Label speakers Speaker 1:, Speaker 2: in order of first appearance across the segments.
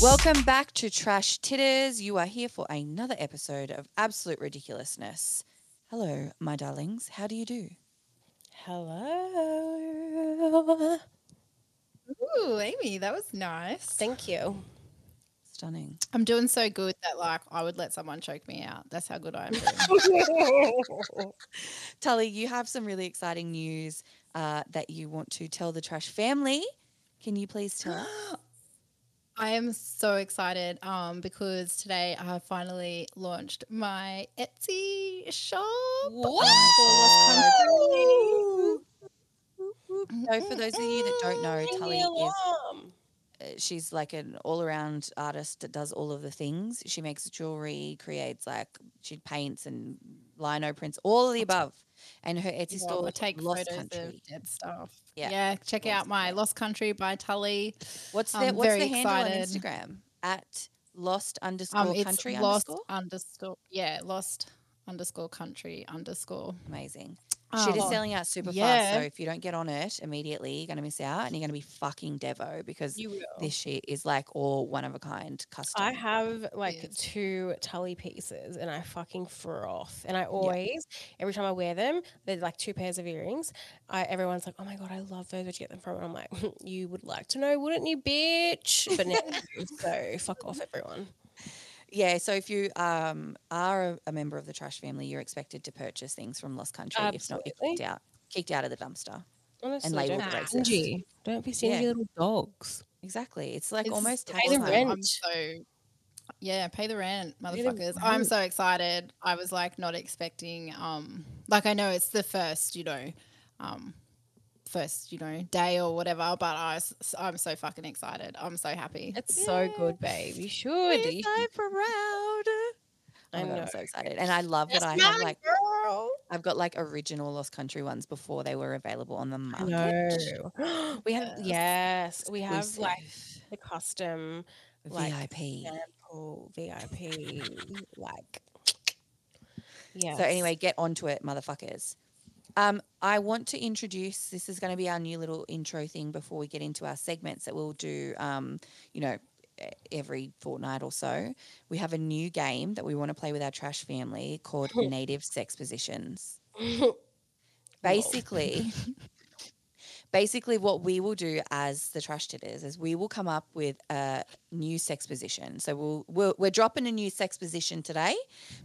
Speaker 1: Welcome back to Trash Titters. You are here for another episode of Absolute Ridiculousness. Hello, my darlings. How do you do?
Speaker 2: Hello.
Speaker 3: Ooh, Amy, that was nice.
Speaker 2: Thank you.
Speaker 1: Stunning.
Speaker 3: I'm doing so good that like I would let someone choke me out. That's how good I am. Doing.
Speaker 1: Tully, you have some really exciting news uh, that you want to tell the Trash family. Can you please tell us?
Speaker 3: I am so excited um, because today I have finally launched my Etsy shop. Um,
Speaker 2: Whoa.
Speaker 1: So, for those of you that don't know,
Speaker 2: Ring the
Speaker 1: Tully is
Speaker 2: alarm.
Speaker 1: uh, she's like an all-around artist that does all of the things. She makes jewelry, creates like she paints and lino prints, all of the above. And her Etsy
Speaker 3: Well,
Speaker 1: store
Speaker 3: I take
Speaker 1: Lost
Speaker 3: photos
Speaker 1: Country.
Speaker 3: of dead stuff.
Speaker 1: Yeah.
Speaker 3: Yeah, check out my Lost Country by Tully.
Speaker 1: What's the
Speaker 3: I'm
Speaker 1: what's
Speaker 3: very
Speaker 1: the handle on
Speaker 3: excited.
Speaker 1: Instagram at lost underscore
Speaker 3: Um, it's
Speaker 1: country
Speaker 3: lost
Speaker 1: underscore?
Speaker 3: underscore yeah lost underscore country underscore.
Speaker 1: Amazing. Shit is
Speaker 3: Um,
Speaker 1: selling out super fast. So
Speaker 3: yeah.
Speaker 1: if you don't get on it immediately, you're gonna miss out and you're gonna be fucking Devo because
Speaker 3: You will.
Speaker 1: this shit is like all one of a kind custom.
Speaker 2: I have like
Speaker 3: is.
Speaker 2: two tully pieces and I fucking froth. And I always, every time I wear them, they're like two pairs of earrings. I, everyone's like, oh my God, I love those. Where'd you get them from? And I'm like, you would like to know, wouldn't you, bitch? But now, you do, so fuck off, everyone.
Speaker 1: Yeah, so if you um, are a, a member of the trash family, you're expected to purchase things from Lost Country. If not, you're kicked
Speaker 2: Absolutely.
Speaker 1: out, kicked out of the dumpster.
Speaker 2: Honestly,
Speaker 1: label
Speaker 2: don't
Speaker 3: the
Speaker 2: be
Speaker 1: racist.
Speaker 2: stingy. Don't be stingy
Speaker 1: Yeah.
Speaker 2: little dogs.
Speaker 1: Exactly. It's like
Speaker 3: It's
Speaker 1: almost
Speaker 3: the
Speaker 1: tax
Speaker 2: pay the
Speaker 1: time.
Speaker 2: rent.
Speaker 3: I'm so yeah, pay the rent,
Speaker 2: the
Speaker 3: motherfuckers. I'm
Speaker 2: rent.
Speaker 3: so excited. I was like not expecting um like I know it's the first, you know, um first, you know, day or whatever, but I s- I'm so fucking excited. I'm so happy.
Speaker 2: It's so good, babe. You should.
Speaker 1: Yes,
Speaker 2: You
Speaker 1: I'm proud. Oh
Speaker 2: I
Speaker 1: my God,
Speaker 2: know.
Speaker 1: I'm so excited, and I love that I have like I've got like original Lost Country ones before they were available on the market.
Speaker 2: No. we have yes, we have like
Speaker 1: Exclusive.
Speaker 2: the custom like
Speaker 1: VIP.
Speaker 2: sample VIP like yeah.
Speaker 1: So anyway, get onto it, motherfuckers. Um, I want to introduce. This is going to be our new little intro thing before we get into our segments that we'll do. Um, you know, e- every fortnight or so, we have a new game that we want to play with our trash family called Native Sex Positions. Basically, basically, what we will do as the trash titters is we will come up with a new sex position. So we'll we're, we're dropping a new sex position today.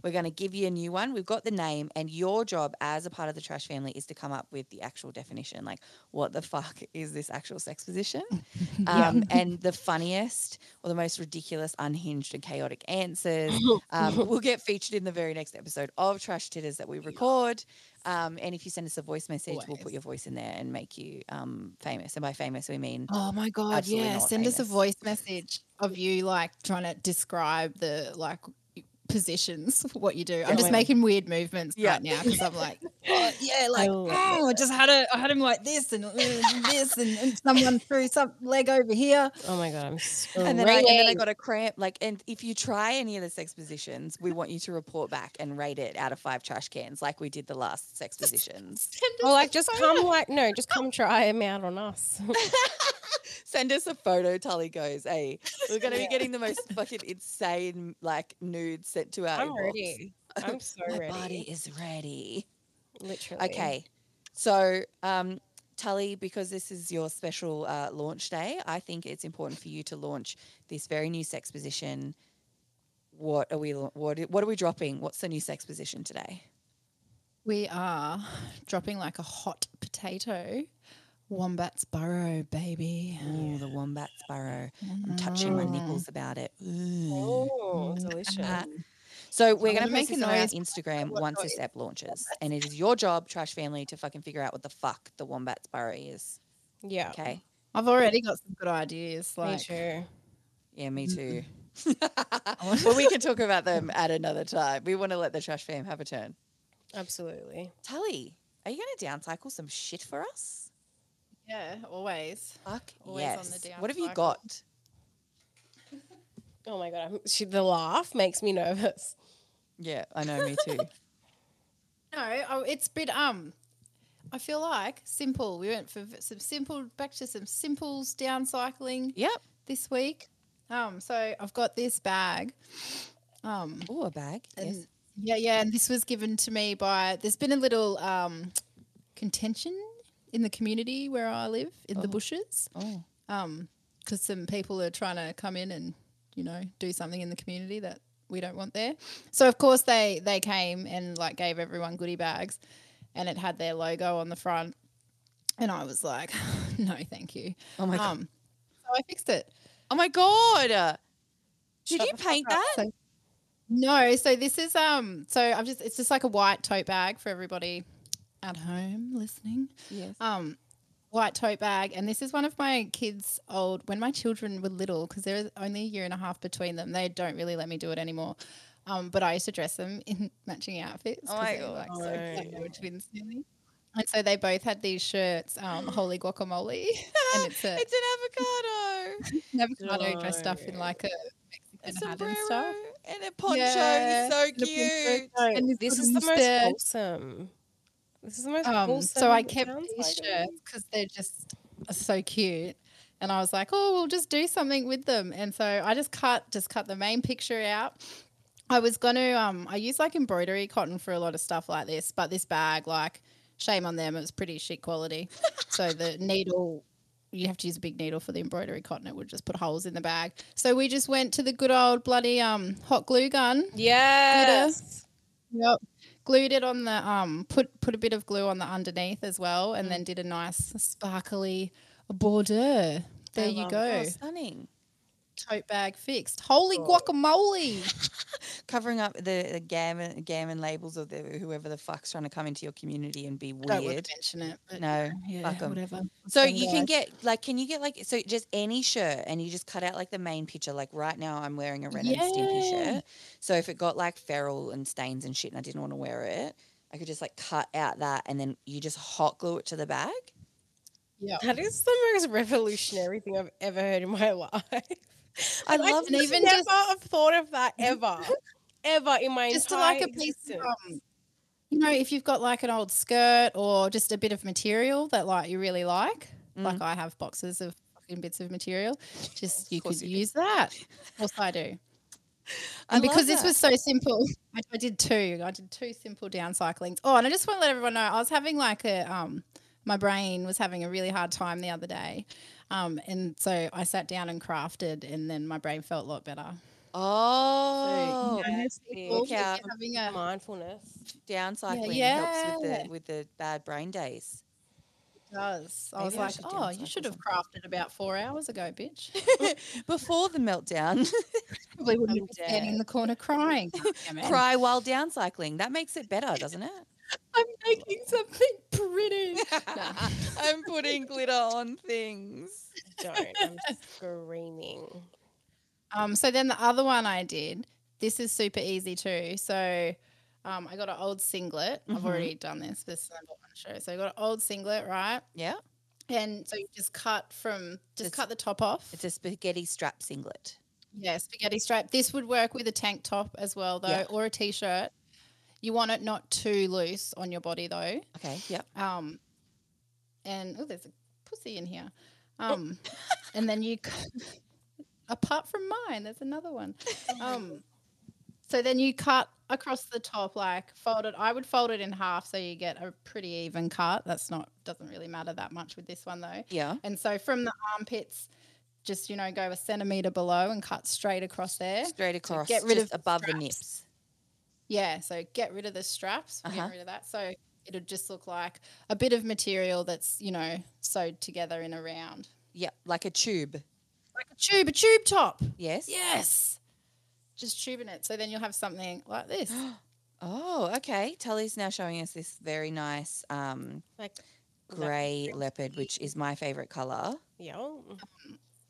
Speaker 1: We're going to give you a new one. We've got the name, and your job as a part of the trash family is to come up with the actual definition. Like, what the fuck is this actual sex position? Um, and the funniest or the most ridiculous, unhinged, and chaotic answers um, will get featured in the very next episode of Trash Titters that we record. Um, and if you send us a voice message, we'll put
Speaker 3: Always.
Speaker 1: your voice in there and make you um, famous. And by famous, we mean
Speaker 3: Oh my god,
Speaker 1: Absolutely
Speaker 3: yeah.
Speaker 1: not
Speaker 3: Send us a
Speaker 1: famous.
Speaker 3: voice message of you like trying to describe the like positions what you do. I'm
Speaker 2: Yeah.
Speaker 3: just making weird movements
Speaker 1: Yeah.
Speaker 3: right now because I'm like, oh, yeah, like
Speaker 2: love
Speaker 3: oh, I just had a I had him like this and uh, this and, and someone threw some leg over here.
Speaker 2: oh my god, I'm so
Speaker 1: and then, I, and then I got a cramp. Like, and if you try any of the sex positions, we want you to report back and rate it out of five trash cans, like we did the last sex positions.
Speaker 3: Send
Speaker 2: Oh,
Speaker 3: us
Speaker 2: like
Speaker 3: a
Speaker 2: just
Speaker 3: photo.
Speaker 2: come, like no, just come try him out on us.
Speaker 1: Send us a photo, Tully goes. Hey, we're gonna be getting the most fucking insane like nudes sent to our.
Speaker 2: I'm
Speaker 1: inbox.
Speaker 2: ready. I'm so
Speaker 1: My
Speaker 2: ready.
Speaker 1: body is ready.
Speaker 2: Literally.
Speaker 1: Okay, so um, Tully, because this is your special uh, launch day, I think it's important for you to launch this very new sex position. What are we? lau- What are- what are we dropping? What's the new sex position today?
Speaker 3: We are dropping like a hot potato. Wombat's burrow, baby. Mm.
Speaker 1: Oh, the wombat's burrow. I'm touching my nipples about it. Ooh.
Speaker 2: Oh, delicious.
Speaker 1: Uh, So we're going
Speaker 3: I'm gonna
Speaker 1: to make
Speaker 3: make
Speaker 1: this
Speaker 3: a
Speaker 1: on our
Speaker 3: noise, but
Speaker 1: Instagram
Speaker 3: what
Speaker 1: once this
Speaker 3: noise?
Speaker 1: app launches, and it is your job, Trash Family, to fucking figure out what the fuck the wombat's burrow is.
Speaker 2: yeah.
Speaker 1: Okay.
Speaker 3: I've already got some good ideas.
Speaker 2: Me
Speaker 3: Like,
Speaker 2: too.
Speaker 1: Yeah, me too.
Speaker 3: want-
Speaker 1: but we can talk about them at another time. We want to let the Trash Fam have a turn.
Speaker 2: Absolutely.
Speaker 1: Tully, are you going to downcycle some shit for us?
Speaker 3: yeah, always.
Speaker 1: Fuck
Speaker 3: Always on
Speaker 1: yes.
Speaker 3: the
Speaker 1: what have you
Speaker 3: downcycle.
Speaker 1: got?
Speaker 2: Oh my god, I'm, she, the laugh makes me nervous.
Speaker 1: Yeah, I know, me too.
Speaker 3: No, oh, it's been um. I feel like simple. We went for v- some simple, back to some simples downcycling
Speaker 1: yep.
Speaker 3: this week. Um, so I've got this bag. Um,
Speaker 1: Oh, a bag.
Speaker 3: and-
Speaker 1: Yes.
Speaker 3: yeah, yeah. And this was given to me by. There's been a little um, contention in the community where I live in the bushes.
Speaker 1: Oh.
Speaker 3: Um, 'cause because some people are trying to come in and you know do something in the community that we don't want there. So of course they they came and like gave everyone goodie bags, and it had their logo on the front, and I was like, no, thank you.
Speaker 1: Oh my god.
Speaker 3: Um, so I fixed it.
Speaker 1: Oh my god. Did
Speaker 2: Shut
Speaker 1: you
Speaker 2: the fuck
Speaker 1: paint
Speaker 2: up.
Speaker 1: that?
Speaker 3: So- no, so this is um so I've just it's just like a white tote bag for everybody at home listening.
Speaker 1: Yes.
Speaker 3: Um white tote bag and this is one of my kids old when my children were little because there was only a year and a half between them. They don't really let me do it anymore. Um, but I used to dress them in matching outfits.
Speaker 1: Oh
Speaker 3: 'cause
Speaker 1: my
Speaker 3: they were, Like, so
Speaker 2: God.
Speaker 3: cute. They were twins nearly. And so they both had these shirts, um, holy guacamole, and it's a
Speaker 1: it's an avocado.
Speaker 3: avocado dressed up in like a
Speaker 1: a
Speaker 3: Mexican hat
Speaker 1: sombrero
Speaker 3: and stuff.
Speaker 1: and a poncho.
Speaker 3: Yeah,
Speaker 1: He's so
Speaker 3: and a pinstripe.
Speaker 1: cute.
Speaker 2: No,
Speaker 3: And
Speaker 2: this
Speaker 3: this
Speaker 2: is the most
Speaker 3: moustache.
Speaker 2: wholesome. This is the most
Speaker 3: Um,
Speaker 2: wholesome.
Speaker 3: so I
Speaker 2: it
Speaker 3: kept
Speaker 2: sounds
Speaker 3: these
Speaker 2: like.
Speaker 3: shirts because they're just uh, so cute. And I was like, oh, we'll just do something with them. And so I just cut just cut the main picture out. I was gonna um I use like embroidery cotton for a lot of stuff like this, but this bag, like, shame on them, it was pretty shit quality. so the needle you have to use a big needle for the embroidery cotton, it would just put holes in the bag. So we just went to the good old bloody um hot glue gun.
Speaker 2: Yes.
Speaker 3: Yep. Glued it on the um put put a bit of glue on the underneath as well
Speaker 1: Mm.
Speaker 3: and then did a nice sparkly bordeaux. There you
Speaker 2: love
Speaker 3: go.
Speaker 1: Oh, stunning.
Speaker 3: Tote bag fixed. Holy
Speaker 2: Oh.
Speaker 3: guacamole.
Speaker 1: Covering up the, the gammon, gammon labels of the whoever the fuck's trying to come into your community and be
Speaker 3: Don't want
Speaker 1: weird.
Speaker 3: to mention it. But
Speaker 1: No,
Speaker 3: Yeah,
Speaker 1: fuck 'em.
Speaker 3: whatever.
Speaker 1: So
Speaker 3: Some
Speaker 1: you can
Speaker 3: guys-
Speaker 1: get like, can you get like, so just any shirt, and you just cut out like the main picture. Like right now, I'm wearing a Ren and Stimpy
Speaker 3: Yeah.
Speaker 1: shirt. So if it got like feral and stains and shit, and I didn't want to wear it, I could just like cut out that, and then you just hot glue it to the bag.
Speaker 3: Yeah.
Speaker 2: That is the most revolutionary thing I've ever heard in my life.
Speaker 1: I
Speaker 2: Like,
Speaker 1: love
Speaker 3: and
Speaker 1: it.
Speaker 3: even
Speaker 2: never
Speaker 3: just-
Speaker 2: have thought of that ever, ever in my
Speaker 3: Just to
Speaker 2: entire
Speaker 3: like a piece of
Speaker 2: existence.
Speaker 3: um, you know, if you've got like an old skirt or just a bit of material that like you really like, like
Speaker 1: Mm.
Speaker 3: I have boxes of fucking bits of material, just you
Speaker 1: course
Speaker 3: could
Speaker 1: you do.
Speaker 3: use that. Of course I do.
Speaker 1: I
Speaker 3: And
Speaker 1: love
Speaker 3: because this
Speaker 1: that.
Speaker 3: was so simple, I, I did two. I did two simple downcyclings. Oh, and I just want to let everyone know I was having like a um, my brain was having a really hard time the other day, um, and so I sat down and crafted, and then my brain felt a lot better. So, you
Speaker 1: oh,
Speaker 3: know,
Speaker 2: that's
Speaker 3: people,
Speaker 1: big.
Speaker 3: if
Speaker 1: Yeah.
Speaker 3: you're having a-
Speaker 2: mindfulness.
Speaker 1: downcycling helps with
Speaker 3: yeah.
Speaker 1: the with the bad brain days.
Speaker 3: does. I
Speaker 1: Maybe
Speaker 3: was
Speaker 1: I
Speaker 3: like,
Speaker 1: should
Speaker 3: oh, you
Speaker 1: downcycle
Speaker 3: should have crafted about four hours ago, bitch.
Speaker 1: Before the meltdown,
Speaker 3: Probably wouldn't
Speaker 2: I'm
Speaker 3: have been standing in
Speaker 2: dead.
Speaker 3: the corner crying. Damn it.
Speaker 1: cry while downcycling. That makes it better, doesn't it?
Speaker 3: I'm making something pretty.
Speaker 1: I'm putting glitter on things.
Speaker 2: Don't. I'm screaming.
Speaker 3: Um, so then the other one I did, this is super easy too. So um, I got an old singlet. I've
Speaker 1: Mhm.
Speaker 3: already done this, but it's not on the show. So I got an old singlet, right?
Speaker 1: Yeah.
Speaker 3: And so you just cut from, just
Speaker 1: Just-
Speaker 3: cut the top off.
Speaker 1: It's a spaghetti strap singlet.
Speaker 3: yeah, spaghetti stripe. This would work with a tank top as well, though,
Speaker 1: Yeah.
Speaker 3: or a t shirt. You want it not too loose on your body, though.
Speaker 1: Okay. Yep.
Speaker 3: Um, and oh, there's a pussy in here. Um, and then you, c- apart from mine, there's another one. Um, so then you cut across the top, like fold it. I would fold it in half so you get a pretty even cut. That's not doesn't really matter that much with this one though.
Speaker 1: Yeah.
Speaker 3: And so from the armpits, just you know, go a centimeter below and cut straight across there.
Speaker 1: Straight across.
Speaker 3: get rid
Speaker 1: just
Speaker 3: of the
Speaker 1: above the
Speaker 3: straps.
Speaker 1: nips.
Speaker 3: Yeah, so get rid of the straps, we're
Speaker 1: Uh-huh.
Speaker 3: get rid of that. So it'll just look like a bit of material that's, you know, sewed together in a round.
Speaker 1: Yep. Like a tube.
Speaker 3: Like a tube, a tube top.
Speaker 1: Yes.
Speaker 3: Yes. Just tubing it. So then you'll have something like this.
Speaker 1: Oh, okay. Tully's now showing us this very nice um,
Speaker 2: Like,
Speaker 1: grey leopard, which is my favorite color.
Speaker 2: yeah.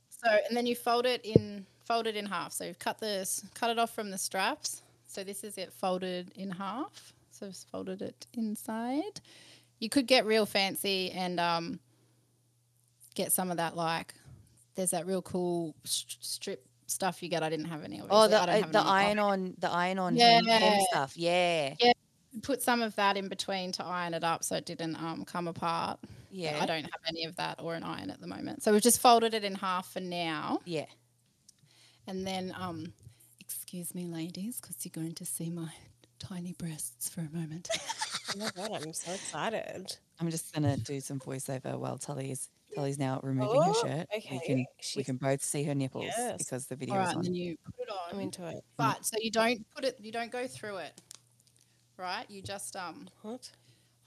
Speaker 3: So and then you fold it in fold it in half. So you've cut this cut it off from the straps. So this is it folded in half. So it's folded it inside. You could get real fancy and um, get some of that like there's that real cool st- strip stuff you get. I didn't have any. Obviously.
Speaker 1: Oh,
Speaker 3: I
Speaker 1: the,
Speaker 3: don't
Speaker 1: uh,
Speaker 3: have
Speaker 1: the
Speaker 3: any. I'll
Speaker 1: iron on the iron on hem- hem
Speaker 3: Yeah.
Speaker 1: stuff. Yeah.
Speaker 3: Put some of that in between to iron it up so it didn't um, come apart.
Speaker 1: Yeah.
Speaker 3: I don't have any of that or an iron at the moment. So we've just folded it in half for now.
Speaker 1: Yeah.
Speaker 3: And then, um, excuse me, ladies, because you're going to see my tiny breasts for a moment.
Speaker 2: Oh my god, I'm so excited.
Speaker 1: I'm just gonna do some voiceover while Tully is Tully's now removing
Speaker 2: Oh,
Speaker 1: her shirt. We
Speaker 2: okay.
Speaker 1: can we
Speaker 2: She's-
Speaker 1: can both see her nipples
Speaker 2: Yes.
Speaker 1: because the video
Speaker 3: All
Speaker 1: is
Speaker 3: right,
Speaker 1: on. Mm-hmm.
Speaker 3: and then you put it
Speaker 2: I'm
Speaker 3: on.
Speaker 2: into it.
Speaker 3: but so you don't put it, you don't go through it, right? You just um,
Speaker 2: What?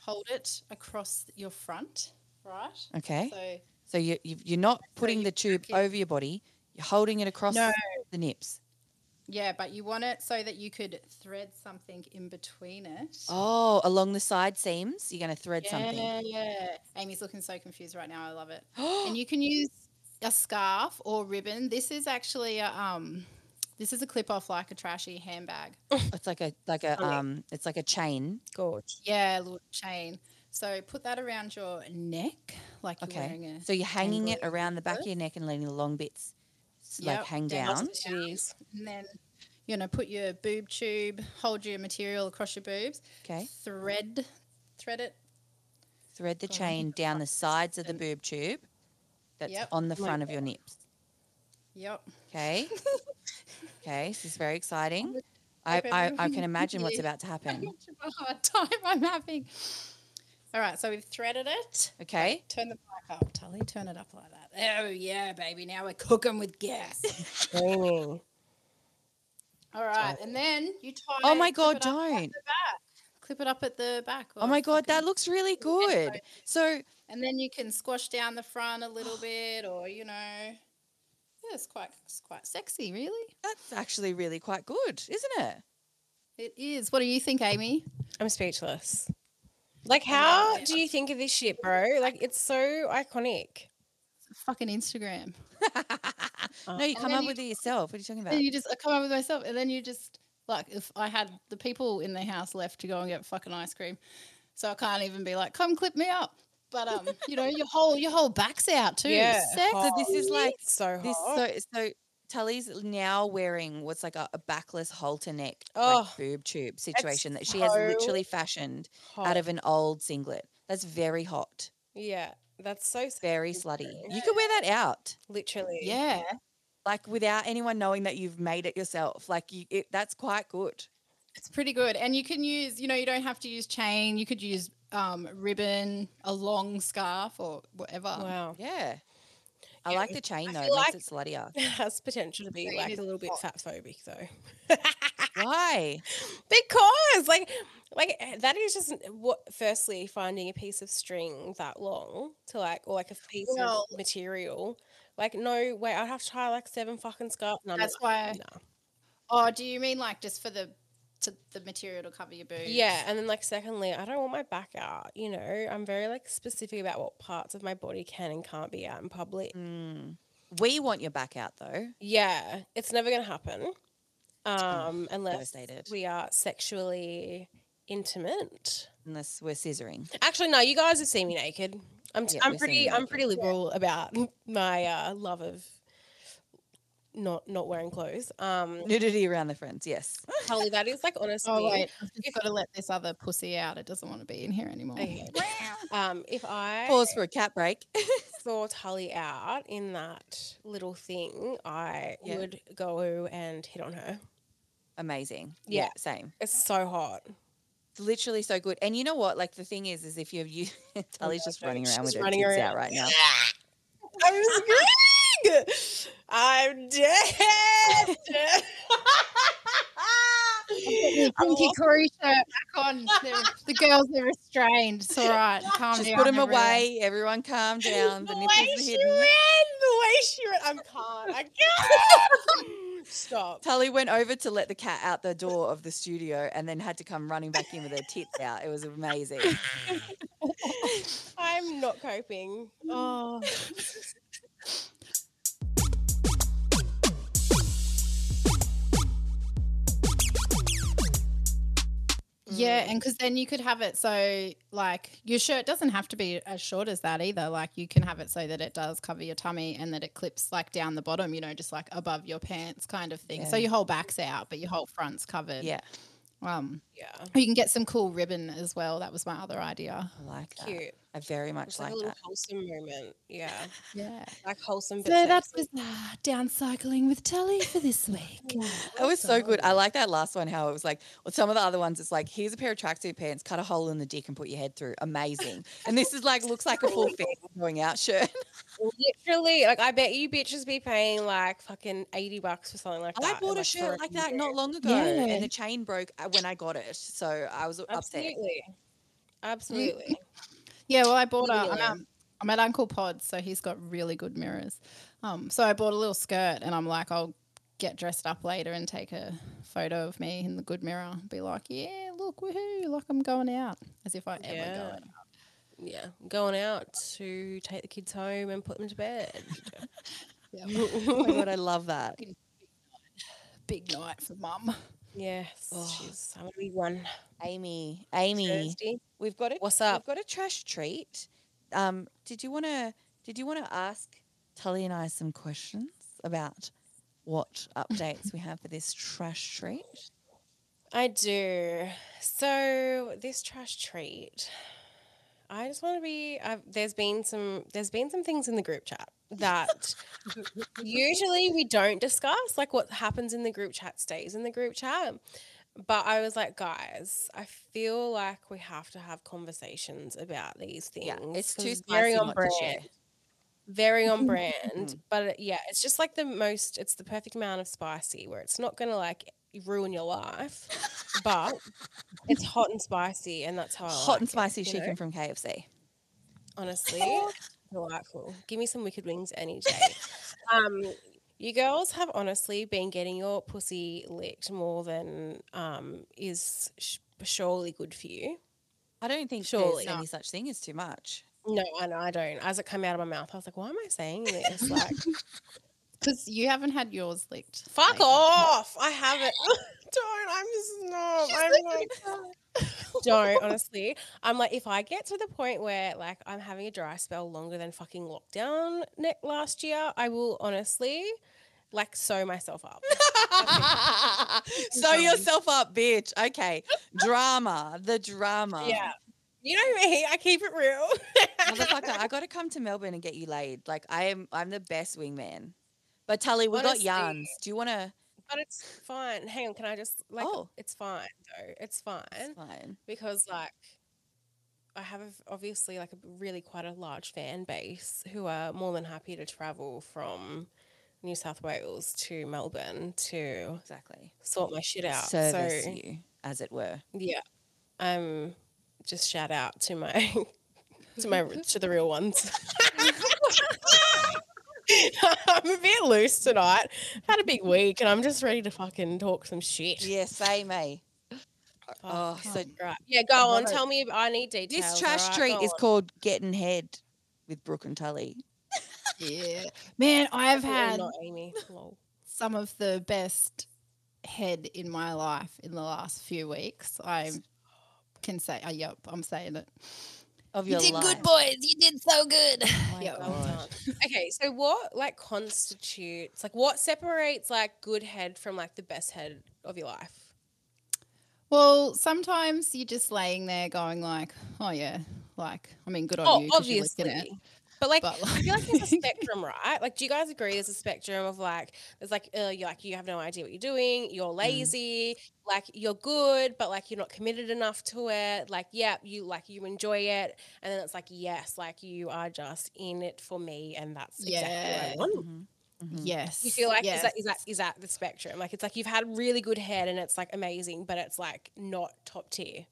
Speaker 3: hold it across your front, right?
Speaker 1: Okay. So,
Speaker 3: So
Speaker 1: you, you you're not putting
Speaker 3: you
Speaker 1: the tube
Speaker 3: tuck it.
Speaker 1: over your body. You're holding it across
Speaker 3: No.
Speaker 1: the nips.
Speaker 3: yeah, but you want it so that you could thread something in between it.
Speaker 1: Oh, along the side seams. You're gonna thread
Speaker 3: yeah,
Speaker 1: something.
Speaker 3: yeah. Amy's looking so confused right now. I love it. and you can use a scarf or ribbon. This is actually a, um, this is a clip off like a trashy handbag.
Speaker 1: It's like a like a
Speaker 2: Funny.
Speaker 1: um. It's like a chain.
Speaker 2: Gorge.
Speaker 3: Yeah, a little chain. So put that around your neck, like you're wearing
Speaker 1: Okay.
Speaker 3: a.
Speaker 1: So you're hanging it
Speaker 3: dangly
Speaker 1: around the back of your neck and letting the long bits s-
Speaker 3: Yep.
Speaker 1: like hang
Speaker 3: Down.
Speaker 1: down.
Speaker 2: It is.
Speaker 3: And then you know, put your boob tube, hold your material across your boobs,
Speaker 1: Okay.
Speaker 3: thread, thread it.
Speaker 1: Thread the
Speaker 3: Go on.
Speaker 1: chain down the sides of the
Speaker 3: And-
Speaker 1: boob tube. That's
Speaker 3: Yep.
Speaker 1: on the
Speaker 2: Like
Speaker 1: front of your nips.
Speaker 3: Yep.
Speaker 1: Okay. okay. This is very exciting. I,
Speaker 3: hope
Speaker 1: I, I
Speaker 3: everyone
Speaker 1: can imagine what's
Speaker 3: hears.
Speaker 1: about to happen.
Speaker 3: Much of a hard time I'm having. All right, so we've threaded it.
Speaker 1: Okay.
Speaker 3: Turn the mic up, Tully. Turn it up like that. Oh yeah, baby. Now we're cooking with gas.
Speaker 2: Dreaming.
Speaker 3: All right, and then you tie.
Speaker 1: Oh my
Speaker 3: clip
Speaker 1: God,
Speaker 3: it up at
Speaker 1: don't.
Speaker 3: the back. Clip it up at the back.
Speaker 1: Oh
Speaker 3: or
Speaker 1: my God, that
Speaker 3: fucking-
Speaker 1: looks really good. So,
Speaker 3: And then you can squash down the front a little bit, or you know, yeah, it's quite it's quite sexy, really.
Speaker 1: that's actually really quite good, isn't it?
Speaker 3: It is. What do you think, Amy?
Speaker 2: I'm speechless. Like, how do you think of this shit, bro? Like, it's so iconic.
Speaker 3: Fucking Instagram.
Speaker 1: No, you
Speaker 3: Uh, And
Speaker 1: come
Speaker 3: then
Speaker 1: up
Speaker 3: you-
Speaker 1: with it yourself. What are you talking
Speaker 3: And
Speaker 1: about?
Speaker 3: you just I come up with myself, and then you just like if I had the people in the house left to go and get fucking ice cream, so I can't even be like, come clip me up. But um, you know, your whole your whole back's out too.
Speaker 2: Yeah,
Speaker 3: Sex.
Speaker 1: So this is like
Speaker 2: So hot.
Speaker 1: this.
Speaker 3: Oh.
Speaker 1: So, so Tully's now wearing what's like a, a backless halter neck
Speaker 2: Oh,
Speaker 1: like boob tube situation that she has
Speaker 2: so
Speaker 1: literally fashioned out
Speaker 2: Hot.
Speaker 1: of an old singlet. That's very hot,
Speaker 2: yeah, that's so s-
Speaker 1: very
Speaker 2: It's
Speaker 1: slutty.
Speaker 2: very
Speaker 1: You could wear that out.
Speaker 2: literally.
Speaker 3: Yeah.
Speaker 1: like without anyone knowing that you've made it yourself. Like you, it, that's quite good.
Speaker 3: It's pretty good. And you can use, you know, you don't have to use chain. You could use um, ribbon, a long scarf, or whatever.
Speaker 2: Wow.
Speaker 1: Yeah, I
Speaker 2: Oh, Yeah,
Speaker 1: like the chain
Speaker 2: I
Speaker 1: though. It
Speaker 2: feel
Speaker 1: makes
Speaker 2: like-
Speaker 1: it sluttier.
Speaker 2: It has potential to be
Speaker 3: Green
Speaker 2: like
Speaker 3: is
Speaker 2: a little bit
Speaker 3: hot.
Speaker 2: fat phobic though.
Speaker 1: Why?
Speaker 2: because like like eh, that is just what firstly finding a piece of string that long to like or like a piece
Speaker 3: Well-
Speaker 2: of material. Like no way, I'd have to tie like seven fucking scarves. No,
Speaker 3: That's
Speaker 2: no,
Speaker 3: why.
Speaker 2: no.
Speaker 3: Oh, do you mean like just for the to the material to cover your boobs?
Speaker 2: Yeah, and then like secondly, I don't want my back out. You know, I'm very like specific about what parts of my body can and can't be out in public.
Speaker 1: Mm. We want your back out though.
Speaker 2: Yeah, it's never gonna happen. Um, unless
Speaker 1: devastated.
Speaker 2: we are sexually intimate.
Speaker 1: Unless we're scissoring.
Speaker 2: Actually, no, you guys have seen me naked. I'm t-
Speaker 1: Yeah,
Speaker 2: I'm
Speaker 1: we've seen you
Speaker 2: pretty I'm
Speaker 1: naked.
Speaker 2: pretty liberal about my uh, love of not not wearing clothes. Um,
Speaker 1: Nudity around the friends. Yes.
Speaker 2: Holly, that is like honestly.
Speaker 3: Oh wait, I've just got to let this other pussy out. It doesn't want to be in here anymore.
Speaker 2: Okay. Um, if I
Speaker 1: Pause for a cat break.
Speaker 2: saw Tully out in that little thing, I
Speaker 1: Yeah.
Speaker 2: would go and hit on her.
Speaker 1: Amazing.
Speaker 2: Yeah.
Speaker 1: Same.
Speaker 2: It's so hot.
Speaker 1: It's literally so good. And you know what? Like the thing is, is if you're you, Tully's just
Speaker 2: no,
Speaker 1: running around
Speaker 2: she's
Speaker 1: with her
Speaker 2: running
Speaker 1: kids
Speaker 2: around.
Speaker 1: out right now.
Speaker 2: I'm screaming. I'm dead. Oh.
Speaker 3: Pinky Corey shirt back on. They're- the girls are restrained. It's all right. Calm
Speaker 1: Just
Speaker 3: down.
Speaker 1: put them
Speaker 3: everyone.
Speaker 1: away. Everyone, calm down. The
Speaker 2: the way
Speaker 1: nipples are
Speaker 2: she
Speaker 1: hidden.
Speaker 2: ran, the way she ran. I can't. I can't. Stop.
Speaker 1: Tully went over to let the cat out the door of the studio and then had to come running back in with her tits out. It was amazing.
Speaker 2: I'm not coping. Mm,
Speaker 3: Oh. Yeah,
Speaker 1: Mm.
Speaker 3: and because then you could have it so like your shirt doesn't have to be as short as that either. Like you can have it so that it does cover your tummy and that it clips like down the bottom, you know, just like above your pants kind of thing. So
Speaker 1: Yeah.
Speaker 3: your whole back's out, but your whole front's covered.
Speaker 1: Yeah.
Speaker 3: Um.
Speaker 2: Yeah.
Speaker 3: You can get some cool ribbon as well. That was my other idea.
Speaker 1: I like that.
Speaker 2: Cute.
Speaker 1: I very much
Speaker 2: It's like,
Speaker 1: like
Speaker 2: a little
Speaker 1: that.
Speaker 2: wholesome moment. Yeah.
Speaker 3: Yeah.
Speaker 2: Like wholesome but
Speaker 3: So that's
Speaker 2: sexy.
Speaker 3: bizarre. Downcycling with Telly for this week.
Speaker 1: That was so good. I like that last one. How it was like, well, some of the other ones, it's like, here's a pair of tracksuit pants, cut a hole in the dick and put your head through. Amazing. And this is like, looks like a full fit going out shirt.
Speaker 2: literally like I bet you bitches be paying like fucking 80 bucks for something like that.
Speaker 1: I
Speaker 2: and,
Speaker 1: bought a
Speaker 2: like, for
Speaker 1: shirt like that
Speaker 2: year.
Speaker 1: not long ago,
Speaker 3: Yeah.
Speaker 1: and the chain broke uh, when I got it. So I was upset.
Speaker 2: Absolutely. Absolutely.
Speaker 3: Yeah, well, I bought a.
Speaker 2: Really?
Speaker 3: Um, I'm at Uncle Pod's, so he's got really good mirrors. Um, so I bought a little skirt, and I'm like, I'll get dressed up later and take a photo of me in the good mirror. Be like, yeah, look, woohoo, like I'm going out, as if I ever
Speaker 2: Yeah.
Speaker 3: go out.
Speaker 2: Yeah. Going out to take the kids home and put them to bed.
Speaker 1: Oh my god, I love that.
Speaker 3: Big night for mum.
Speaker 2: Yes.
Speaker 1: Oh.
Speaker 2: She's I'm gonna be one.
Speaker 1: Amy, Amy,
Speaker 2: Thursday.
Speaker 1: we've got a
Speaker 2: What's up?
Speaker 1: We've got a trash treat. Um, did you want to? Did you want to ask Tully and I some questions about what updates we have for this trash treat?
Speaker 2: I do. So this trash treat. I just want to be. I've, there's been some. There's been some things in the group chat that usually we don't discuss, like what happens in the group chat stays in the group chat. But I was like, guys, I feel like we have to have conversations about these things.
Speaker 1: Yeah, it's too
Speaker 2: 'cause
Speaker 1: spicy not to share.
Speaker 2: very on brand. but it, yeah, it's just like the most, it's the perfect amount of spicy where it's not going to like ruin your life, but it's hot and spicy. And that's how I
Speaker 1: Hot
Speaker 2: like
Speaker 1: and
Speaker 2: it,
Speaker 1: spicy
Speaker 2: you know?
Speaker 1: chicken from KFC.
Speaker 2: Honestly, delightful. Give me some wicked wings any day. um, you girls have honestly been getting your pussy licked more than um, is sh- surely good for you.
Speaker 1: I don't think
Speaker 2: Surely.
Speaker 1: there's any such thing as too much.
Speaker 2: No, I know I don't. As it came out of my mouth, I was like, why am I saying this? Like,
Speaker 3: Because you haven't had yours licked.
Speaker 2: Fuck
Speaker 3: lately.
Speaker 2: off! I haven't. don't. I'm just not. I'm not. don't honestly. I'm like, if I get to the point where like I'm having a dry spell longer than fucking lockdown ne- last year, I will honestly like sew myself up.
Speaker 1: Sew yourself up, bitch. Okay. Drama. The drama.
Speaker 2: yeah, Um, you know me. I keep it real.
Speaker 1: Motherfucker, I gotta come to Melbourne and get you laid. Like I am I'm the best wingman. But Tully, we got
Speaker 2: Honestly.
Speaker 1: yarns. Do you wanna
Speaker 2: but it's fine. Hang on. Can I just like?
Speaker 1: Oh.
Speaker 2: It's fine though. It's fine.
Speaker 1: Fine.
Speaker 2: because like I have a- obviously like a really quite a large fan base who are more than happy to travel from New South Wales to Melbourne to
Speaker 1: Exactly.
Speaker 2: sort my shit out.
Speaker 1: Service
Speaker 2: so
Speaker 1: you, as it were.
Speaker 2: yeah, um, just shout out to my to my to the real ones. I'm a bit loose tonight. Had a big week, and I'm just ready to fucking talk some shit.
Speaker 1: Yes, say me. Oh, so
Speaker 3: Um,
Speaker 2: Right. Yeah, go on.
Speaker 3: Right.
Speaker 2: Tell me. I need details.
Speaker 1: this trash
Speaker 2: alright?
Speaker 1: treat
Speaker 2: Go
Speaker 1: is
Speaker 2: on.
Speaker 1: called getting head with Brooke and Tully.
Speaker 3: Yeah. Man, I've
Speaker 2: Definitely
Speaker 3: had
Speaker 2: not Amy. Lol.
Speaker 3: some of the best head in my life in the last few weeks. I can say, uh, yep, I'm saying it.
Speaker 1: Of your life. Oh
Speaker 3: boys. You did so good.
Speaker 1: My
Speaker 3: Yeah.
Speaker 2: Well
Speaker 1: God.
Speaker 2: done. Okay, so what like constitutes like what separates like good head from like the best head of your life?
Speaker 3: Well, sometimes you're just laying there going like, oh yeah, like I mean, good on
Speaker 2: Oh,
Speaker 3: you. 'cause you're licking
Speaker 2: obviously.
Speaker 3: it.
Speaker 2: But like,
Speaker 3: But,
Speaker 2: I feel like there's a
Speaker 3: like-
Speaker 2: spectrum, right? Like, do you guys agree there's a spectrum of like there's like uh, you like you have no idea what you're doing, you're lazy, like you're good, but like you're not committed enough to it. Like, yeah, you like you enjoy it, and then it's like yes, like you are just in it for me, and that's exactly what
Speaker 3: Yeah.
Speaker 2: I want.
Speaker 1: Mhm, mhm.
Speaker 3: Yes.
Speaker 2: You feel like
Speaker 3: yes.
Speaker 2: is that is that is that the spectrum? Like it's like you've had really good head and it's like amazing, but it's like not top tier.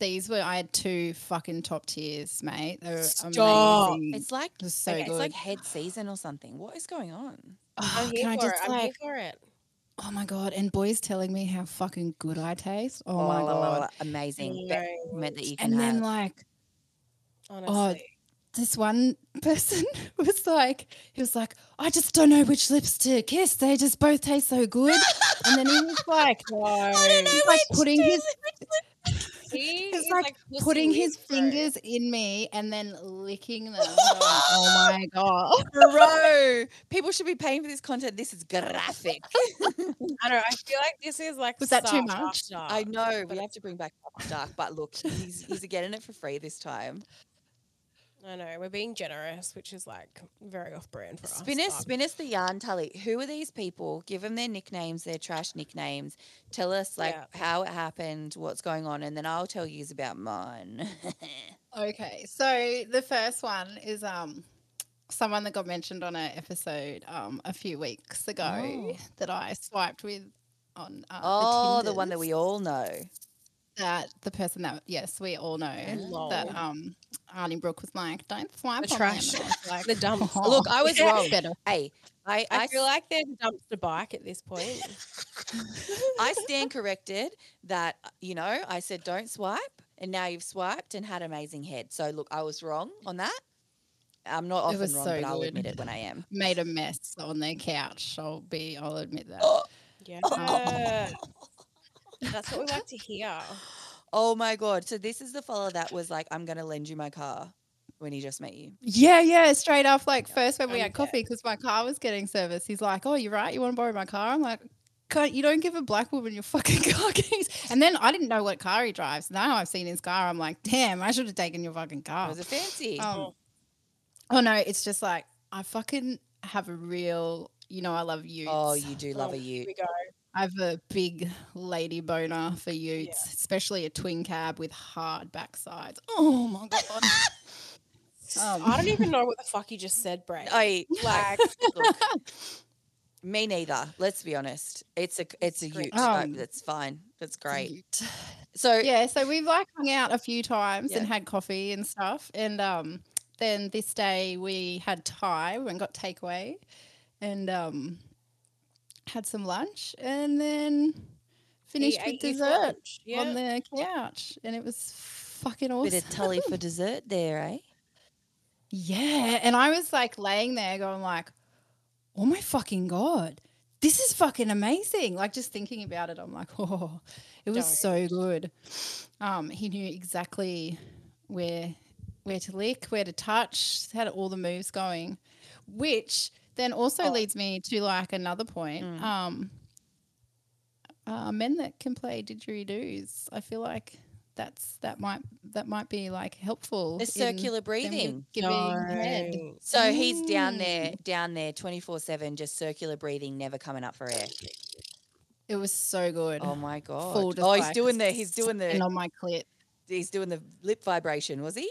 Speaker 3: these were I had two fucking top tiers, mate. They were
Speaker 2: Stop.
Speaker 3: amazing.
Speaker 1: It's like
Speaker 3: It was so
Speaker 1: okay, it's like
Speaker 3: good.
Speaker 1: head season or something. What is going on?
Speaker 2: I'm
Speaker 3: Oh,
Speaker 2: here
Speaker 3: can I
Speaker 2: for it.
Speaker 3: just
Speaker 2: I'm here
Speaker 3: like,
Speaker 2: for it.
Speaker 3: oh my god! And boys telling me how fucking good I taste. Oh, my
Speaker 1: la, la, la,
Speaker 3: god!
Speaker 1: la, amazing
Speaker 2: No,
Speaker 1: compliment that you can
Speaker 3: And
Speaker 1: have.
Speaker 3: then like Oh,
Speaker 2: honestly.
Speaker 3: this one person was like, he was like, I just don't know which lips to kiss. They just both taste so good. and then he was like,
Speaker 2: no.
Speaker 3: he's like putting his
Speaker 2: He
Speaker 3: It's
Speaker 2: is,
Speaker 3: like,
Speaker 2: pussy
Speaker 3: putting his
Speaker 2: bro.
Speaker 3: fingers in me and then licking them. And I'm like, oh my god!
Speaker 1: Bro, people should be paying for this content. This is graphic.
Speaker 2: I don't know. I feel like this is like
Speaker 3: Was that too
Speaker 2: such
Speaker 3: much?
Speaker 2: after dark.
Speaker 1: I know we
Speaker 2: Ah, but-
Speaker 1: have to bring back After Dark, but look, he's he's getting it for free this time.
Speaker 2: I know. We're being generous, which is like very off brand for
Speaker 1: Spin
Speaker 2: us.
Speaker 1: us,
Speaker 2: but-
Speaker 1: spin us the yarn, Tully. Who are these people? Give them their nicknames, their trash nicknames. Tell us like
Speaker 2: Yeah.
Speaker 1: how it happened, what's going on, and then I'll tell you about mine.
Speaker 3: Okay, so the first one is um someone that got mentioned on an episode um a few weeks ago
Speaker 1: Oh.
Speaker 3: that I swiped with on uh,
Speaker 1: oh, the one that
Speaker 3: Tinders,
Speaker 1: we all know.
Speaker 3: that the person that yes we all know that
Speaker 1: Oh,
Speaker 2: Lol.
Speaker 3: um Arnie Brooke was like don't swipe
Speaker 2: The
Speaker 3: on
Speaker 2: trash.
Speaker 3: them. And I was like,
Speaker 2: The dump.
Speaker 1: Look, I was
Speaker 3: "Oh,
Speaker 1: wrong.
Speaker 3: better
Speaker 1: Hey, I
Speaker 2: I
Speaker 1: I,
Speaker 2: feel like they're dumpster bike at this point.
Speaker 1: I stand corrected that uh, you know I said don't swipe, and now you've swiped and had amazing head. So look, I was wrong on that. I'm not
Speaker 3: It
Speaker 1: often
Speaker 3: was
Speaker 1: wrong,
Speaker 3: so
Speaker 1: but I'll
Speaker 3: good.
Speaker 1: admit it when I am.
Speaker 3: made a mess on their couch. I'll be. I'll admit that.
Speaker 1: Oh.
Speaker 2: Yeah.
Speaker 3: Oh.
Speaker 2: That's what we like to hear.
Speaker 1: Oh my god! So this is the fella that was like, "I'm gonna lend you my car," when he just met you.
Speaker 3: Yeah, yeah. Straight off, like first when we
Speaker 2: I'm
Speaker 3: had coffee, because my car was getting serviced. He's like, "Oh, you're right. You want to borrow my car?" I'm like, "Can't you don't give a black woman your fucking car keys?" And then I didn't know what car he drives. Now I've seen his car. I'm like, "Damn, I should have taken your fucking car."
Speaker 1: Was it fancy?
Speaker 3: Um, oh no, it's just like I fucking have a real. You know, I love utes.
Speaker 1: oh, you do love
Speaker 2: Oh,
Speaker 1: a
Speaker 2: Here
Speaker 1: ute.
Speaker 2: we go.
Speaker 3: I have a big lady boner for utes, especially a twin cab with hard back sides. Oh my god. Um,
Speaker 2: I don't even know what the fuck you just said, Bray.
Speaker 1: I like. look, me neither. Let's be honest. It's a it's a
Speaker 2: Great.
Speaker 1: ute.
Speaker 3: Um,
Speaker 1: I- that's fine. That's great.
Speaker 3: Ute.
Speaker 1: So
Speaker 3: yeah, so we've like hung out a few times and
Speaker 1: Yeah.
Speaker 3: had coffee and stuff. And um, then this day we had Thai and got takeaway and um, had some lunch and then finished with
Speaker 2: ate his
Speaker 3: dessert
Speaker 2: lunch. Yeah.
Speaker 3: on the couch. And it was fucking awesome.
Speaker 1: bit of tully for dessert there, eh?
Speaker 3: Yeah, and I was like laying there going like, "Oh my fucking god. This is fucking amazing." Like just thinking about it, I'm like, "Oh, it was so good." Um he knew exactly where where to lick, where to touch, had all the moves going, which then also
Speaker 2: Oh.
Speaker 3: leads me to like another point.
Speaker 1: Mm.
Speaker 3: Um uh, men that can play didgeridoos. I feel like that's that might that might be like helpful.
Speaker 1: The
Speaker 3: in
Speaker 1: circular
Speaker 3: them gi-
Speaker 1: breathing.
Speaker 3: giving head.
Speaker 2: No.
Speaker 1: So he's
Speaker 3: Mm.
Speaker 1: down there, down there, twenty four seven, just circular breathing, never coming up for air.
Speaker 3: It was so good.
Speaker 1: Oh my god!
Speaker 3: Full just
Speaker 1: oh, he's
Speaker 3: like
Speaker 1: doing the he's doing
Speaker 3: And
Speaker 1: the
Speaker 3: on my clit.
Speaker 1: he's doing the lip vibration. Was he?